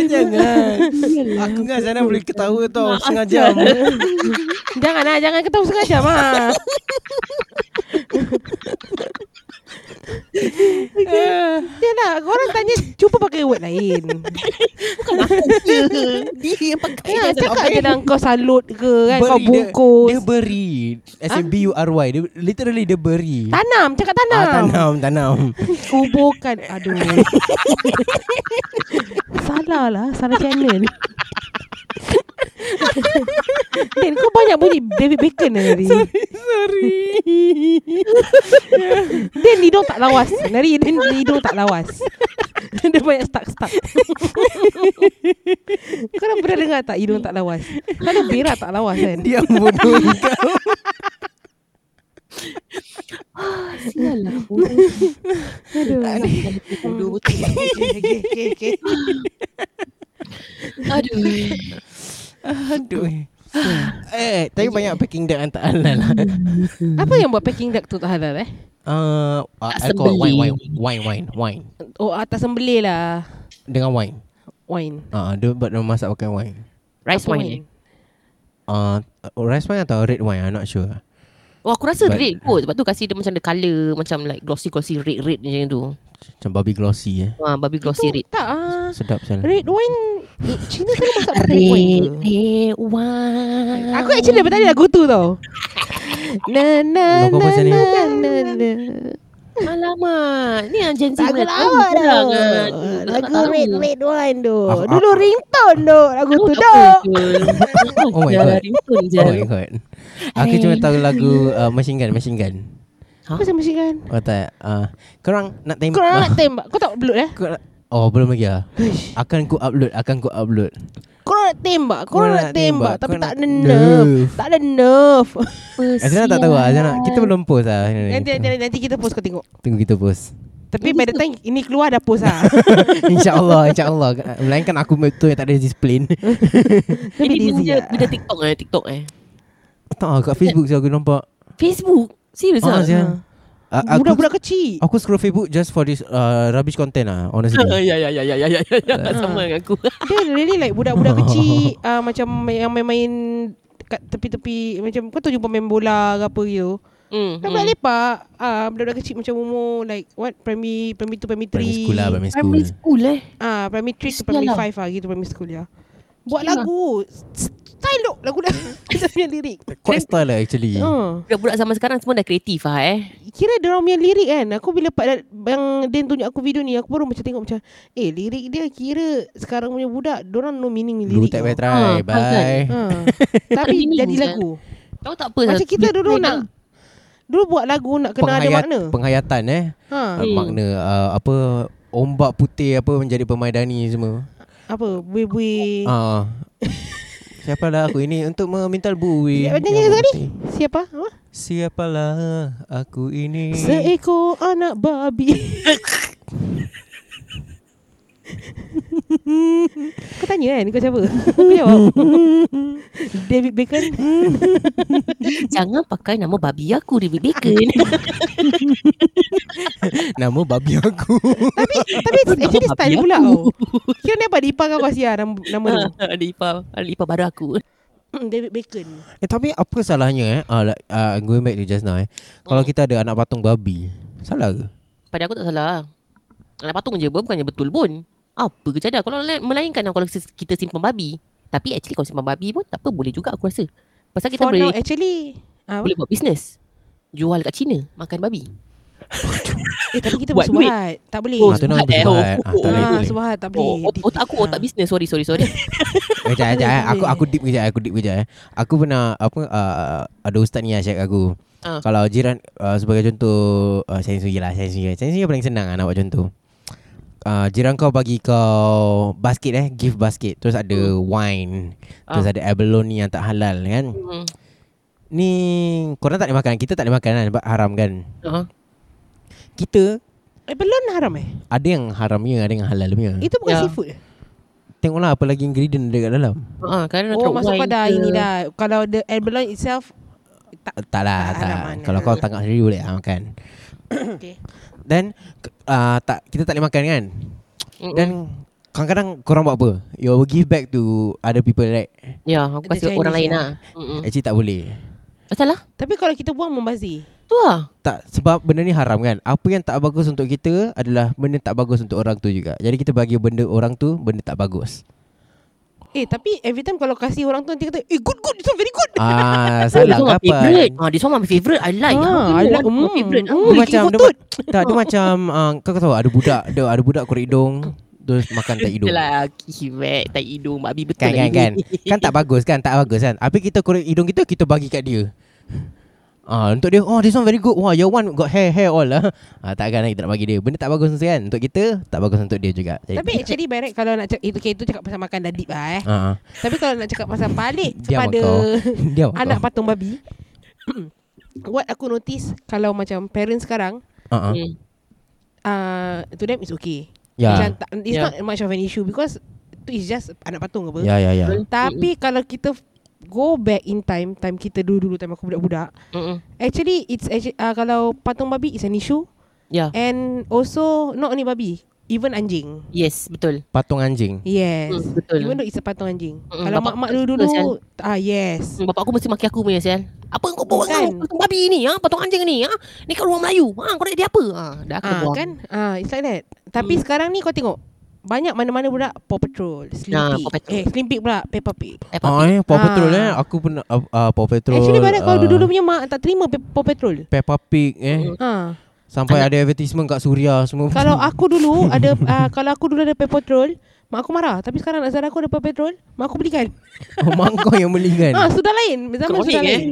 Speaker 1: Jangan. Aku dengan sana boleh ketawa tau setengah jam.
Speaker 2: jangan lah, jangan ah. ketawa sengaja mah. Ya lah, korang tanya cuba pakai word lain.
Speaker 3: Dia yang pakai
Speaker 2: Ya,
Speaker 3: dah
Speaker 2: cakap
Speaker 3: sampai.
Speaker 2: je lah kau salut ke kan, kau
Speaker 1: Beri dia-
Speaker 2: bungkus.
Speaker 1: Dia beri. S A B U R Y. Dia literally dia beri.
Speaker 2: Tanam, cakap tanam.
Speaker 1: Ah, tanam, tanam.
Speaker 2: Kuburkan. Aduh. salah lah, salah channel. Dan kau banyak bunyi David Bacon lah Nari Sorry Dan hidung tak lawas Nari Dan hidung tak lawas Dia banyak stuck-stuck Kau dah pernah dengar tak Hidung tak lawas Kau ada berak tak lawas kan
Speaker 1: Dia yang bodoh kau.
Speaker 3: Sial lah bodoh. Aduh. Bodoh betul.
Speaker 2: okay, okay, okay.
Speaker 3: Aduh.
Speaker 1: Aduh. eh, tapi banyak packing duck yang tak halal lah.
Speaker 2: Apa yang buat packing duck tu tak halal eh?
Speaker 1: Uh,
Speaker 3: Tak
Speaker 1: alcohol, wine, wine,
Speaker 3: sembelih.
Speaker 1: wine, wine, wine.
Speaker 2: Oh atas sembelih lah
Speaker 1: Dengan wine.
Speaker 2: Wine
Speaker 1: Ah, uh, dia buat dia masak pakai wine.
Speaker 3: Rice
Speaker 2: Apa
Speaker 3: wine ni.
Speaker 1: Uh, rice wine atau red wine? I'm not sure.
Speaker 3: Oh aku rasa
Speaker 1: But-
Speaker 3: red kot Sebab tu kasi dia macam ada colour Macam like glossy-glossy red-red macam tu
Speaker 1: Macam babi glossy eh.
Speaker 3: ha, Babi glossy
Speaker 2: Tu
Speaker 3: red
Speaker 2: Tak ah.
Speaker 1: Sedap sana.
Speaker 2: Red wine eh, Cina selalu masak pakai red wine ke?
Speaker 3: red wine
Speaker 2: Aku actually daripada tadi lagu tu tau Na na
Speaker 1: Lagu
Speaker 2: na
Speaker 1: apa macam ni?
Speaker 2: na na na
Speaker 3: Alamak Ni yang Gen Z
Speaker 2: Lagu
Speaker 3: punya.
Speaker 2: lama
Speaker 3: Tahu
Speaker 2: tau
Speaker 3: kan?
Speaker 2: lah, Lagu red red wine tu
Speaker 1: Apa-
Speaker 2: Dulu ringtone tu Lagu
Speaker 3: Tahu
Speaker 2: tu
Speaker 3: tak
Speaker 2: tu
Speaker 3: apa tu?
Speaker 1: Oh my
Speaker 3: Ya,
Speaker 1: God.
Speaker 3: ringtone je.
Speaker 1: Oh my god. Aku cuma tahu lagu uh, Machine Gun, Machine Gun.
Speaker 2: Apa sama sih kan
Speaker 1: Oh tak. Uh, korang nak tembak.
Speaker 2: Kau orang nak tembak Kau tak upload eh
Speaker 1: Korang- Oh belum lagi lah
Speaker 2: Uish.
Speaker 1: Akan ku upload Akan ku upload
Speaker 2: Kau orang nak tembak Kau orang nak tembak Tapi
Speaker 1: korang
Speaker 2: tak
Speaker 1: nak-
Speaker 2: ada nerve
Speaker 1: Nerve.
Speaker 2: Tak ada nerve
Speaker 1: Azana tak tahu lah Azana Kita belum post lah
Speaker 2: Nanti nanti nanti kita post kau tengok
Speaker 1: Tunggu kita post
Speaker 2: Tapi by the time Ini keluar dah post lah
Speaker 1: InsyaAllah InsyaAllah Melainkan aku betul yang tak ada display
Speaker 3: Ini
Speaker 2: Tapi
Speaker 3: benda,
Speaker 2: dizzy
Speaker 1: lah.
Speaker 3: benda TikTok eh TikTok eh
Speaker 1: Tak lah kat Facebook saya aku nampak
Speaker 3: Facebook Serius
Speaker 1: Ah,
Speaker 3: lah
Speaker 1: Azana A- aku,
Speaker 2: Budak-budak kecil
Speaker 1: aku scroll Facebook just for this uh, rubbish content lah
Speaker 3: Ya
Speaker 1: Honestly
Speaker 3: ya ya ya ya ya ya
Speaker 1: Ah.
Speaker 3: sama dengan aku.
Speaker 2: Dia really like budak-budak kecil uh, Macam yang main-main Kat tepi-tepi Macam kau tu jumpa main bola ke apa gitu
Speaker 3: Hmm.
Speaker 2: Dah budak lepak uh, Budak-budak kecil macam umur Like what Primary Primary 2, primary 3
Speaker 1: Primary school lah Primary school
Speaker 3: Primary school eh.
Speaker 2: Ah, primary 3 to
Speaker 3: Sial
Speaker 2: primary
Speaker 3: lah.
Speaker 2: 5 lah Gitu primary school ya Buat
Speaker 3: Sial lah.
Speaker 2: lagu Style dok Lagu dah Kita punya lirik
Speaker 1: Quite style lah actually
Speaker 2: Ah.
Speaker 3: Budak-budak zaman sekarang semua dah kreatif lah eh.
Speaker 2: Kira dia orang punya lirik kan Aku bila pada Bang Dan tunjuk aku video ni Aku baru macam tengok macam Eh lirik dia kira Sekarang punya budak Diorang no meaning ni
Speaker 1: Dulu
Speaker 2: lirik
Speaker 1: tak
Speaker 2: tau.
Speaker 1: payah try
Speaker 3: Ah,
Speaker 1: Bye
Speaker 2: ha. Tapi
Speaker 3: Meaning
Speaker 2: jadi
Speaker 3: kan?
Speaker 2: lagu
Speaker 3: Tahu tak apa
Speaker 2: Macam
Speaker 3: Zat?
Speaker 2: kita
Speaker 3: Dia-
Speaker 2: dulu
Speaker 3: dia-
Speaker 2: nak Dulu buat lagu nak kena ada
Speaker 1: Penghayat-
Speaker 2: makna
Speaker 1: Penghayatan eh
Speaker 2: ha.
Speaker 1: uh, Makna uh, Apa Ombak putih apa Menjadi pemaidani semua
Speaker 2: Apa Bui-bui
Speaker 1: Ah. Siapalah aku ini untuk memintal bui.
Speaker 2: Siapa nyanyi
Speaker 1: yang
Speaker 2: sekali?
Speaker 1: putih.
Speaker 2: Siapa? Ha?
Speaker 1: Hmm. Siapalah aku ini.
Speaker 2: Seekor anak babi Kau tanya kan Kau siapa Aku jawab David Bacon
Speaker 3: Jangan pakai nama babi aku David Bacon.
Speaker 1: Nama babi aku.
Speaker 2: Tapi Tapi actually
Speaker 3: Babi
Speaker 1: ya?
Speaker 2: style pula
Speaker 3: aku.
Speaker 2: tau Kira ni apa Ipar kau Asia Nama, nama tu
Speaker 3: Ada ipar, ada ipar baru aku. Ah,
Speaker 2: Hmm, David Bacon
Speaker 1: eh tapi apa salahnya eh? Ah, like, ah, going back to just now eh. Kalau kita ada anak patung babi, salah ke?
Speaker 3: Pada aku tak salah. Anak patung je pun bukannya betul pun. Apa kerja dia? Kalau lain- melainkan kalau sis- kita simpan babi. Tapi actually kalau simpan babi pun tak apa boleh juga aku rasa. Pasal kita
Speaker 2: For now
Speaker 3: boleh
Speaker 2: eh, actually ah,
Speaker 3: boleh buat bisnes. Jual kat China makan babi.
Speaker 2: Eh tapi kita
Speaker 3: Buat duit.
Speaker 2: bersubat Tak boleh
Speaker 3: Oh,
Speaker 1: Ah, tu nama
Speaker 3: suhat eh.
Speaker 1: bersubat. Ah,
Speaker 3: Oh,
Speaker 1: tak boleh.
Speaker 2: Ah,
Speaker 1: boleh.
Speaker 2: Subahat tak
Speaker 3: Oh,
Speaker 2: boleh
Speaker 3: ot- otak aku otak bisnes. Sorry, sorry, sorry.
Speaker 1: Eh, Jangan
Speaker 2: boleh,
Speaker 1: jangan aku
Speaker 2: boleh.
Speaker 1: aku deep kejap, aku deep kejap eh. Aku pernah apa ah, ada ustaz uh, ni asyik aku.
Speaker 3: Ah.
Speaker 1: Kalau jiran uh, sebagai contoh uh, saya sendiri lah, saya sendiri. Saya sendiri paling senang lah nak buat contoh. Uh, jiran kau bagi kau basket eh, gift basket. Terus ada
Speaker 2: Hmm.
Speaker 1: wine.
Speaker 2: Ah.
Speaker 1: Terus ada abalone yang tak halal kan.
Speaker 3: Hmm.
Speaker 1: Ni korang tak boleh makan. Kita tak boleh makan kan sebab haram kan.
Speaker 3: Ah.
Speaker 1: Kita
Speaker 2: Eh belum haram eh
Speaker 1: ada yang haramnya, ada yang halal punya.
Speaker 2: Itu bukan
Speaker 3: Ya.
Speaker 2: seafood eh?
Speaker 1: Tengoklah apa lagi ingredient ada kat dalam.
Speaker 3: Ah, kerana
Speaker 2: Oh
Speaker 3: teruk
Speaker 2: masuk
Speaker 3: wine
Speaker 2: kau dah
Speaker 3: ke.
Speaker 2: ini dah Kalau the abalone itself
Speaker 1: Eh, Tak lah,
Speaker 2: Tak
Speaker 1: tak.
Speaker 2: haram mana.
Speaker 1: Kalau kau tangkap sendiri boleh lah makan.
Speaker 2: Okay.
Speaker 1: Then k- uh, tak kita tak boleh makan kan?
Speaker 3: Mm-mm.
Speaker 1: Then kadang-kadang korang buat apa? You will give back to other people right?
Speaker 3: Ya, aku
Speaker 2: Ada
Speaker 3: kasi kat orang
Speaker 2: Chinese
Speaker 3: lain
Speaker 2: lah.
Speaker 3: lah. Mm-mm.
Speaker 1: Actually tak boleh.
Speaker 3: Asal lah?
Speaker 2: Tapi kalau kita buang membazir
Speaker 3: Tu lah.
Speaker 1: Tak sebab benda ni haram kan. Apa yang tak bagus untuk kita adalah benda tak bagus untuk orang tu juga. Jadi kita bagi benda orang tu benda tak bagus.
Speaker 2: Eh tapi every time kalau kasih orang tu Nanti kata Eh good good This one very good
Speaker 1: Ah,
Speaker 3: Oh,
Speaker 1: salah ke
Speaker 3: this one my
Speaker 1: apa?
Speaker 3: favourite. Ah, this one my favourite. I like.
Speaker 2: Ah,
Speaker 3: Ah,
Speaker 2: I
Speaker 3: I
Speaker 2: like.
Speaker 3: like. My
Speaker 2: Mm.
Speaker 3: favourite. Ah,
Speaker 2: Mm.
Speaker 1: Dia
Speaker 2: Ui,
Speaker 1: macam
Speaker 2: ikut
Speaker 1: dia, ma- tak dia macam uh, kau tahu ada budak ada ada budak korek hidung terus makan tak hidung.
Speaker 3: Itulah kiwek tak hidung mak bi betul
Speaker 1: Kan
Speaker 3: lah
Speaker 1: kan kan
Speaker 3: ini.
Speaker 1: Kan tak bagus kan Tak bagus kan Habis kita korek hidung kita Kita bagi kat dia Ah, untuk dia Oh this one very good Wah your one got hair hair all lah ah, Takkan lah kita nak bagi dia Benda tak bagus kan Untuk kita Tak bagus untuk dia juga Jadi,
Speaker 2: Tapi actually by right Kalau nak cakap Itu, okay, itu cakap pasal makan dah deep lah eh
Speaker 1: ah, ah.
Speaker 2: Tapi kalau nak cakap pasal balik
Speaker 1: Diam
Speaker 2: kepada
Speaker 1: kau. Diam
Speaker 2: anak
Speaker 1: kau.
Speaker 2: patung babi. what aku notice kalau macam parents sekarang
Speaker 1: Ah, ah.
Speaker 3: Hmm.
Speaker 2: uh, to them is okay.
Speaker 1: Ya
Speaker 2: Macam tak, it's
Speaker 3: Yeah.
Speaker 2: not much of an issue because tu is just anak patung apa.
Speaker 1: Ya ya ya
Speaker 2: Tapi kalau kita f- go back in time, time kita dulu-dulu time aku budak-budak,
Speaker 3: Mm-mm.
Speaker 2: actually it's actually, uh, kalau patung babi is an issue
Speaker 3: Ya.
Speaker 2: and also not only babi, even anjing.
Speaker 3: Yes, betul.
Speaker 1: Patung anjing
Speaker 2: Yes.
Speaker 3: Hmm, betul.
Speaker 2: Even though it's a patung anjing.
Speaker 3: Hmm,
Speaker 2: Kalau
Speaker 3: bapak
Speaker 2: mak-mak
Speaker 3: aku
Speaker 2: dulu-dulu
Speaker 3: suka,
Speaker 2: ah yes.
Speaker 3: Hmm, Bapak aku mesti maki aku punya sial. Apa kau bawa
Speaker 2: Kan?
Speaker 3: kan? Patung babi ni ha? Patung anjing ni ha? Ni kat rumah Melayu. Ha, kau nak jadi apa? Ha, dah aku
Speaker 2: Ah
Speaker 3: buang.
Speaker 2: kan? Ah it's like that. Tapi
Speaker 3: Hmm.
Speaker 2: sekarang ni kau tengok banyak mana-mana budak Paw Patrol, Slim
Speaker 3: Ah,
Speaker 2: Pig.
Speaker 3: Paw Patrol.
Speaker 2: Eh, Slim Pig pula, Peppa Pig.
Speaker 3: Eh, papi.
Speaker 1: Ah, eh, Paw Patrol
Speaker 2: Ah.
Speaker 1: eh Aku pernah uh, uh, Paw Patrol
Speaker 2: Actually banyak
Speaker 1: ah,
Speaker 2: kalau dulu-dulu punya mak tak terima Pe- Paw Patrol.
Speaker 1: Peppa Pig eh
Speaker 2: Ha.
Speaker 1: Sampai ada advertisement kat Suria semua
Speaker 2: Kalau aku dulu ada ah, kalau aku dulu ada Paw Patrol, mak aku marah. Tapi sekarang nak saudara aku ada Paw Patrol, mak aku belikan.
Speaker 1: Oh, Mak kau yang beli
Speaker 2: Ah,
Speaker 1: kan
Speaker 2: sudah lain. Zaman
Speaker 3: Ikonik,
Speaker 2: sudah
Speaker 3: eh?
Speaker 2: lain.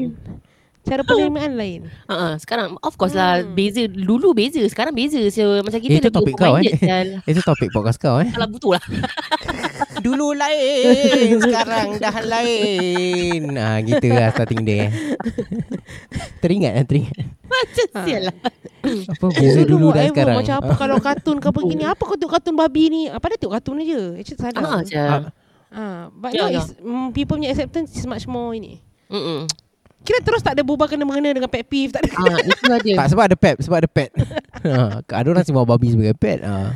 Speaker 2: Cara penerimaan lain.
Speaker 3: Ha, ha, sekarang of course lah
Speaker 2: Hmm.
Speaker 3: beza dulu beza sekarang beza so, macam kita
Speaker 1: Eh, Itu topik kau eh
Speaker 3: open-minded,
Speaker 2: kan.
Speaker 3: sial.
Speaker 1: Itu topik podcast kau eh
Speaker 3: Alah butuh lah
Speaker 1: Dulu lain Sekarang dah lain ah, Gitu lah starting day eh. Teringat lah teringat
Speaker 3: Macam
Speaker 2: Ha.
Speaker 3: sial lah
Speaker 1: Apa beza dulu dan
Speaker 2: whatever,
Speaker 1: sekarang
Speaker 2: eh, Macam apa kalau kartun ke apa gini Apa kau tengok kartun babi ni Apa dia tengok kartun aja Actually salah
Speaker 3: Ah,
Speaker 1: Ah.
Speaker 3: sial
Speaker 2: Ah, but
Speaker 3: Ya,
Speaker 2: now
Speaker 3: ya.
Speaker 2: is mm, people punya acceptance is much more ini.
Speaker 3: Mm-mm.
Speaker 2: Kira terus tak ada berubah kena mengena dengan pet peeve, tak ada.
Speaker 3: Ah, itu ada
Speaker 1: Tak sebab ada pet Sebab ada pet ha, Ada orang sembah babi sebagai pet ha.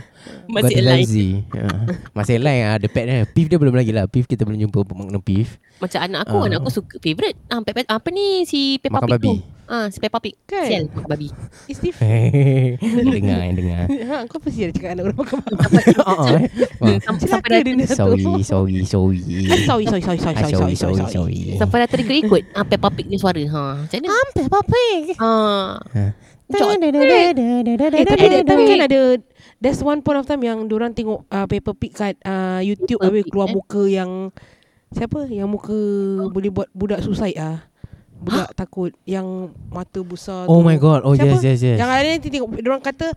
Speaker 3: Masih lain
Speaker 1: ha. Masih lain ah, Ada pet eh. Pif dia belum lagi lah Pif kita belum jumpa Makna pif
Speaker 3: Macam anak aku
Speaker 1: Ah.
Speaker 3: Anak aku suka Favourite ah, Peppa, Apa ni Si Peppa
Speaker 1: Makan
Speaker 3: Pig
Speaker 1: babi.
Speaker 3: tu Ah, Si Peppa Pig
Speaker 2: Kan?
Speaker 3: Sial makan babi
Speaker 2: It's different.
Speaker 1: Dengar eh, dengar
Speaker 2: ha, kau pasti ada cakap anak orang makan makan.
Speaker 1: Ah, ah, eh. Wah.
Speaker 3: Sampai
Speaker 2: Celaka
Speaker 3: sampai dah
Speaker 2: dia ni satu.
Speaker 1: Sorry Sorry Sorry
Speaker 2: Sorry, sorry, sorry, sorry,
Speaker 1: Ah,
Speaker 2: sorry, sorry, sorry, sorry.
Speaker 3: Sampai dah terikut-ikut ah, Peppa Pig ni suara ha, Macam mana
Speaker 2: Sampai apa
Speaker 3: ah.
Speaker 2: Kan? Eh, tapi ada time kan ada There's one point of time yang diorang tengok uh, Peppa Pig kat uh, YouTube
Speaker 3: Peppa
Speaker 2: habis
Speaker 3: Pig,
Speaker 2: keluar
Speaker 3: eh?
Speaker 2: muka yang siapa? Yang muka boleh buat budak suicide ah. Budak takut yang mata besar
Speaker 1: Oh
Speaker 2: tu.
Speaker 1: my god Oh yes
Speaker 2: Siapa?
Speaker 1: yes yes
Speaker 2: Yang ada nanti tengok Diorang kata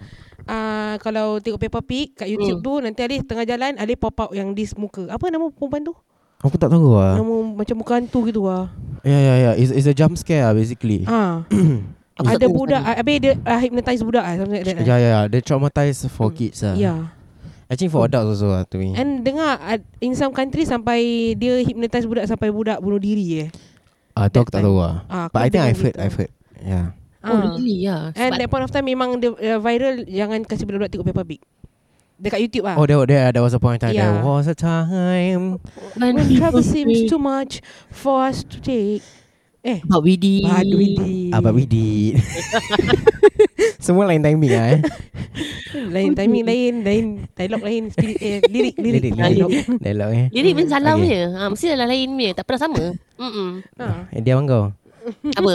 Speaker 2: uh, Kalau tengok Peppa Pig
Speaker 1: Hmm.
Speaker 2: Kat YouTube tu Nanti ada tengah jalan Ada pop out yang dis muka Apa nama perempuan tu?
Speaker 1: Aku tak tahu lah
Speaker 2: Nama macam muka hantu gitu lah
Speaker 1: Ya ya ya It's, it's a jump scare lah basically
Speaker 2: ha.
Speaker 3: Aku tak
Speaker 2: Ada
Speaker 3: tahu
Speaker 2: budak
Speaker 3: sekali.
Speaker 2: Habis dia uh, hypnotize budak lah Something like that Ya.
Speaker 1: Ya ya ya They traumatise for kids lah
Speaker 2: yeah.
Speaker 1: Actually for adults also lah to me
Speaker 2: And dengar uh, In some country Sampai dia hypnotize budak Sampai budak bunuh diri eh
Speaker 1: Ah tu aku tak tahu lah
Speaker 2: Ah,
Speaker 1: But I
Speaker 2: aku
Speaker 1: think
Speaker 2: dengar
Speaker 1: I've heard
Speaker 2: gitu.
Speaker 1: I've heard Ya. Yeah
Speaker 3: Oh
Speaker 2: Ah.
Speaker 3: really ya
Speaker 2: And that point of time Memang dia uh, viral Jangan kasih budak-budak tengok Peppa Pig Dekat YouTube lah
Speaker 1: Oh there, there, there was a point in time
Speaker 2: Yeah.
Speaker 1: There was a time
Speaker 2: When trouble seems too much For us to take Eh
Speaker 3: But we did
Speaker 2: Aduh ini
Speaker 1: Ah but we did Semua lain timing lah eh
Speaker 2: Lain timing lain Lain dialog lain spirit, eh, Lirik Lirik,
Speaker 1: Lirik,
Speaker 2: dialog.
Speaker 1: lirik. Dialog eh
Speaker 2: Ya.
Speaker 3: Lirik pun salah
Speaker 1: Okay.
Speaker 3: punya ha, Mesti dalam lain punya Tak pernah sama Mm-mm.
Speaker 2: Ha.
Speaker 1: Eh diam kau
Speaker 3: Apa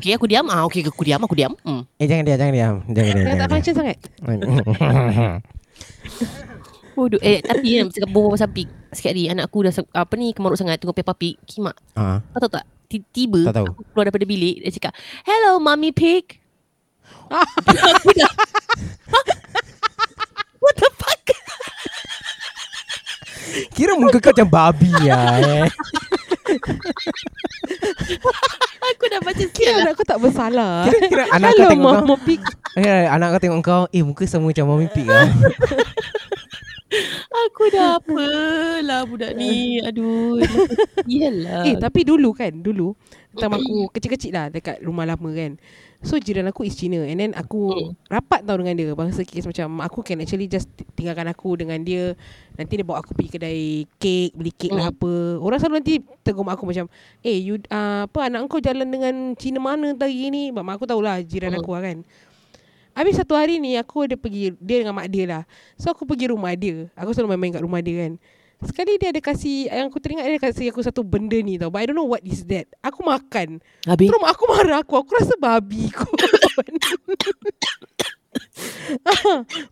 Speaker 3: Okay aku diam ah, Okay aku diam Aku diam hmm.
Speaker 1: Eh jangan diam Jangan diam Jangan diam
Speaker 2: Dah
Speaker 1: jangan
Speaker 2: tak
Speaker 1: diam.
Speaker 2: function sangat
Speaker 3: Bodoh Eh tapi kan Cakap bawa pasal pig Sikit hari Anak aku dah se- Apa ni Kemaruk sangat Tengok Peppa Pig Kimak
Speaker 1: Ah,
Speaker 3: Kau tahu tak ti- tiba
Speaker 1: Tak tahu.
Speaker 3: aku keluar daripada bilik dia cakap, "Hello Mommy Pig." aku dah What the fuck?
Speaker 1: Kira muka kau macam babi lah eh.
Speaker 3: Aku dah macam
Speaker 2: Kira
Speaker 3: sial lah.
Speaker 2: anak kau tak bersalah
Speaker 1: Kira, kira anak kau
Speaker 2: Ah. Hello
Speaker 1: tengok kau
Speaker 2: mama pig
Speaker 1: kira Anak kau tengok kau Eh muka semua macam mami pig lah
Speaker 3: "Ah, Aku dah apalah budak ni. Aduh. Iyalah.
Speaker 2: Eh tapi dulu kan Dulu Time aku kecil-kecil lah Dekat rumah lama kan So jiran aku is Cina And then aku Rapat tau dengan dia Bangsa kes macam Aku can actually just t- Tinggalkan aku dengan dia Nanti dia bawa aku pergi kedai Kek Beli kek lah apa Orang selalu nanti Tegur mak aku macam Eh you uh, Apa anak kau jalan dengan Cina mana tadi ni Mak mak aku tahulah Jiran aku lah kan Habis satu hari ni aku ada pergi dia dengan mak dia lah. So aku pergi rumah dia. Aku selalu main-main kat rumah dia kan. Sekali dia ada kasi yang aku teringat dia kasi aku satu benda ni tau. But I don't know what is that. Aku makan.
Speaker 3: Habis
Speaker 2: Terus mak aku marah aku. Aku rasa babi aku.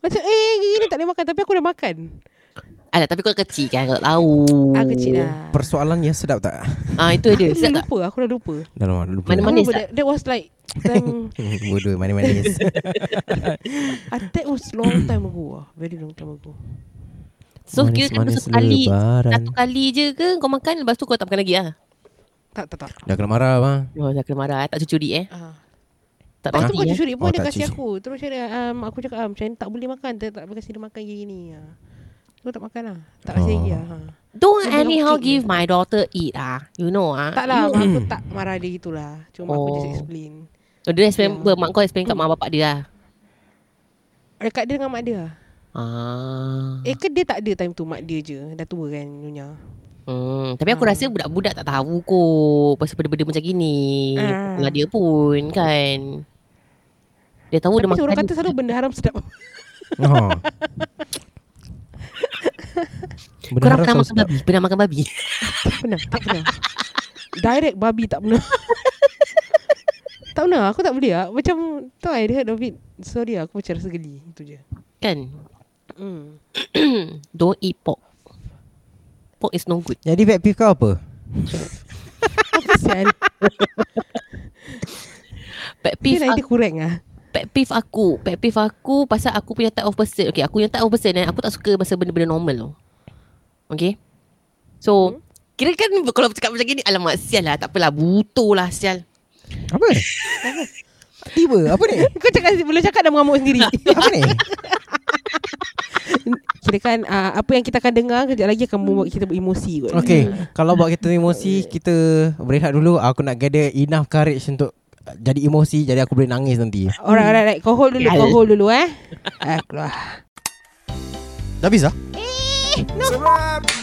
Speaker 2: Macam eh ini tak boleh makan tapi aku dah makan.
Speaker 3: Alah tapi kau kecil kan Kau tak tahu
Speaker 2: Aku kecil lah.
Speaker 1: Persoalan yang sedap tak?
Speaker 3: ah, Itu
Speaker 2: Aku dah
Speaker 3: dia Sedap tak
Speaker 2: lupa, aku dah lupa.
Speaker 1: Dalam lupa
Speaker 2: Aku
Speaker 3: Manis
Speaker 2: lupa
Speaker 3: tak?
Speaker 2: that, that was like time,
Speaker 1: Bodoh manis-manis
Speaker 2: ah, that was long time ago ah. Very long time ago.
Speaker 3: So kira kan
Speaker 1: Manis-manis
Speaker 3: satu kali
Speaker 1: lebaran.
Speaker 3: Satu kali je ke Kau makan Lepas tu kau tak makan lagi lah
Speaker 2: Tak tak tak.
Speaker 1: Dah kena marah bang
Speaker 3: Oh dah kena marah eh. Tak cucuri eh
Speaker 2: Ah.
Speaker 3: Tak
Speaker 2: Lepas tu
Speaker 3: cucuri
Speaker 2: Pak
Speaker 3: eh
Speaker 2: Cucuri pun
Speaker 1: Oh,
Speaker 2: dia
Speaker 1: tak
Speaker 2: kasih
Speaker 1: cuci.
Speaker 2: aku Terus macam dia um, Aku cakap ah, macam tak boleh makan Tak, tak boleh kasi dia makan gini ah. Tu tak makan lah Tak
Speaker 1: Oh.
Speaker 2: kasi lagi lah ha.
Speaker 3: Don't
Speaker 2: Dia
Speaker 3: anyhow
Speaker 2: okay.
Speaker 3: give my daughter eat ah. You know ah.
Speaker 2: Tak lah mak aku tak marah dia gitulah Cuma aku
Speaker 3: Oh.
Speaker 2: just explain
Speaker 3: Oh, dia explain
Speaker 2: Ya.
Speaker 3: mak kau explain kat mak bapak dia lah.
Speaker 2: Dekat dia dengan mak dia lah.
Speaker 3: Ah.
Speaker 2: Eh ke dia tak ada time tu Mak dia je Dah tua kan Nyonya
Speaker 3: Hmm, tapi aku
Speaker 2: Ah.
Speaker 3: rasa budak-budak tak tahu kot pasal benda-benda macam gini.
Speaker 2: Ah.
Speaker 3: Lah dia pun kan. Dia tahu Oh, dia
Speaker 2: Tapi
Speaker 3: makan.
Speaker 2: orang kata selalu benda haram sedap
Speaker 1: oh. Benda
Speaker 3: Korang
Speaker 1: haram
Speaker 3: pernah
Speaker 1: selalu
Speaker 3: makan
Speaker 1: sedap.
Speaker 3: babi? Pernah makan babi?
Speaker 2: Tak pernah Tak pernah Direct babi tak pernah Tak pernah Aku tak boleh lah Macam Tahu I heard of it Sorry lah aku macam rasa geli Itu je
Speaker 3: kan?
Speaker 2: Hmm.
Speaker 3: Don't eat pork. Pork is no good.
Speaker 1: Jadi pet peeve kau apa?
Speaker 2: Apa sial
Speaker 3: Pet
Speaker 2: Dia
Speaker 3: peeve
Speaker 2: lain dia kurang lah
Speaker 3: pet peeve aku Pet peeve aku Pasal aku punya type of person Okay aku yang type of person eh, Aku tak suka pasal benda-benda normal tau Okay So hmm. Kira kan kalau cakap macam ni Alamak sial lah Takpelah butuh lah sial
Speaker 1: Apa? Tiba apa ni?
Speaker 2: Kau cakap boleh cakap dah mengamuk sendiri.
Speaker 1: Apa ni?
Speaker 2: Kirakan uh, apa yang kita akan dengar kejap lagi akan membuat kita beremosi kot.
Speaker 1: Okay Kalau buat kita emosi Kita berehat dulu Aku nak gather enough courage Untuk jadi emosi Jadi aku boleh nangis nanti
Speaker 2: Alright, alright, alright. Kau hold dulu, kau hold dulu eh. Ah, keluar.
Speaker 1: Dah habis lah?
Speaker 5: Sebab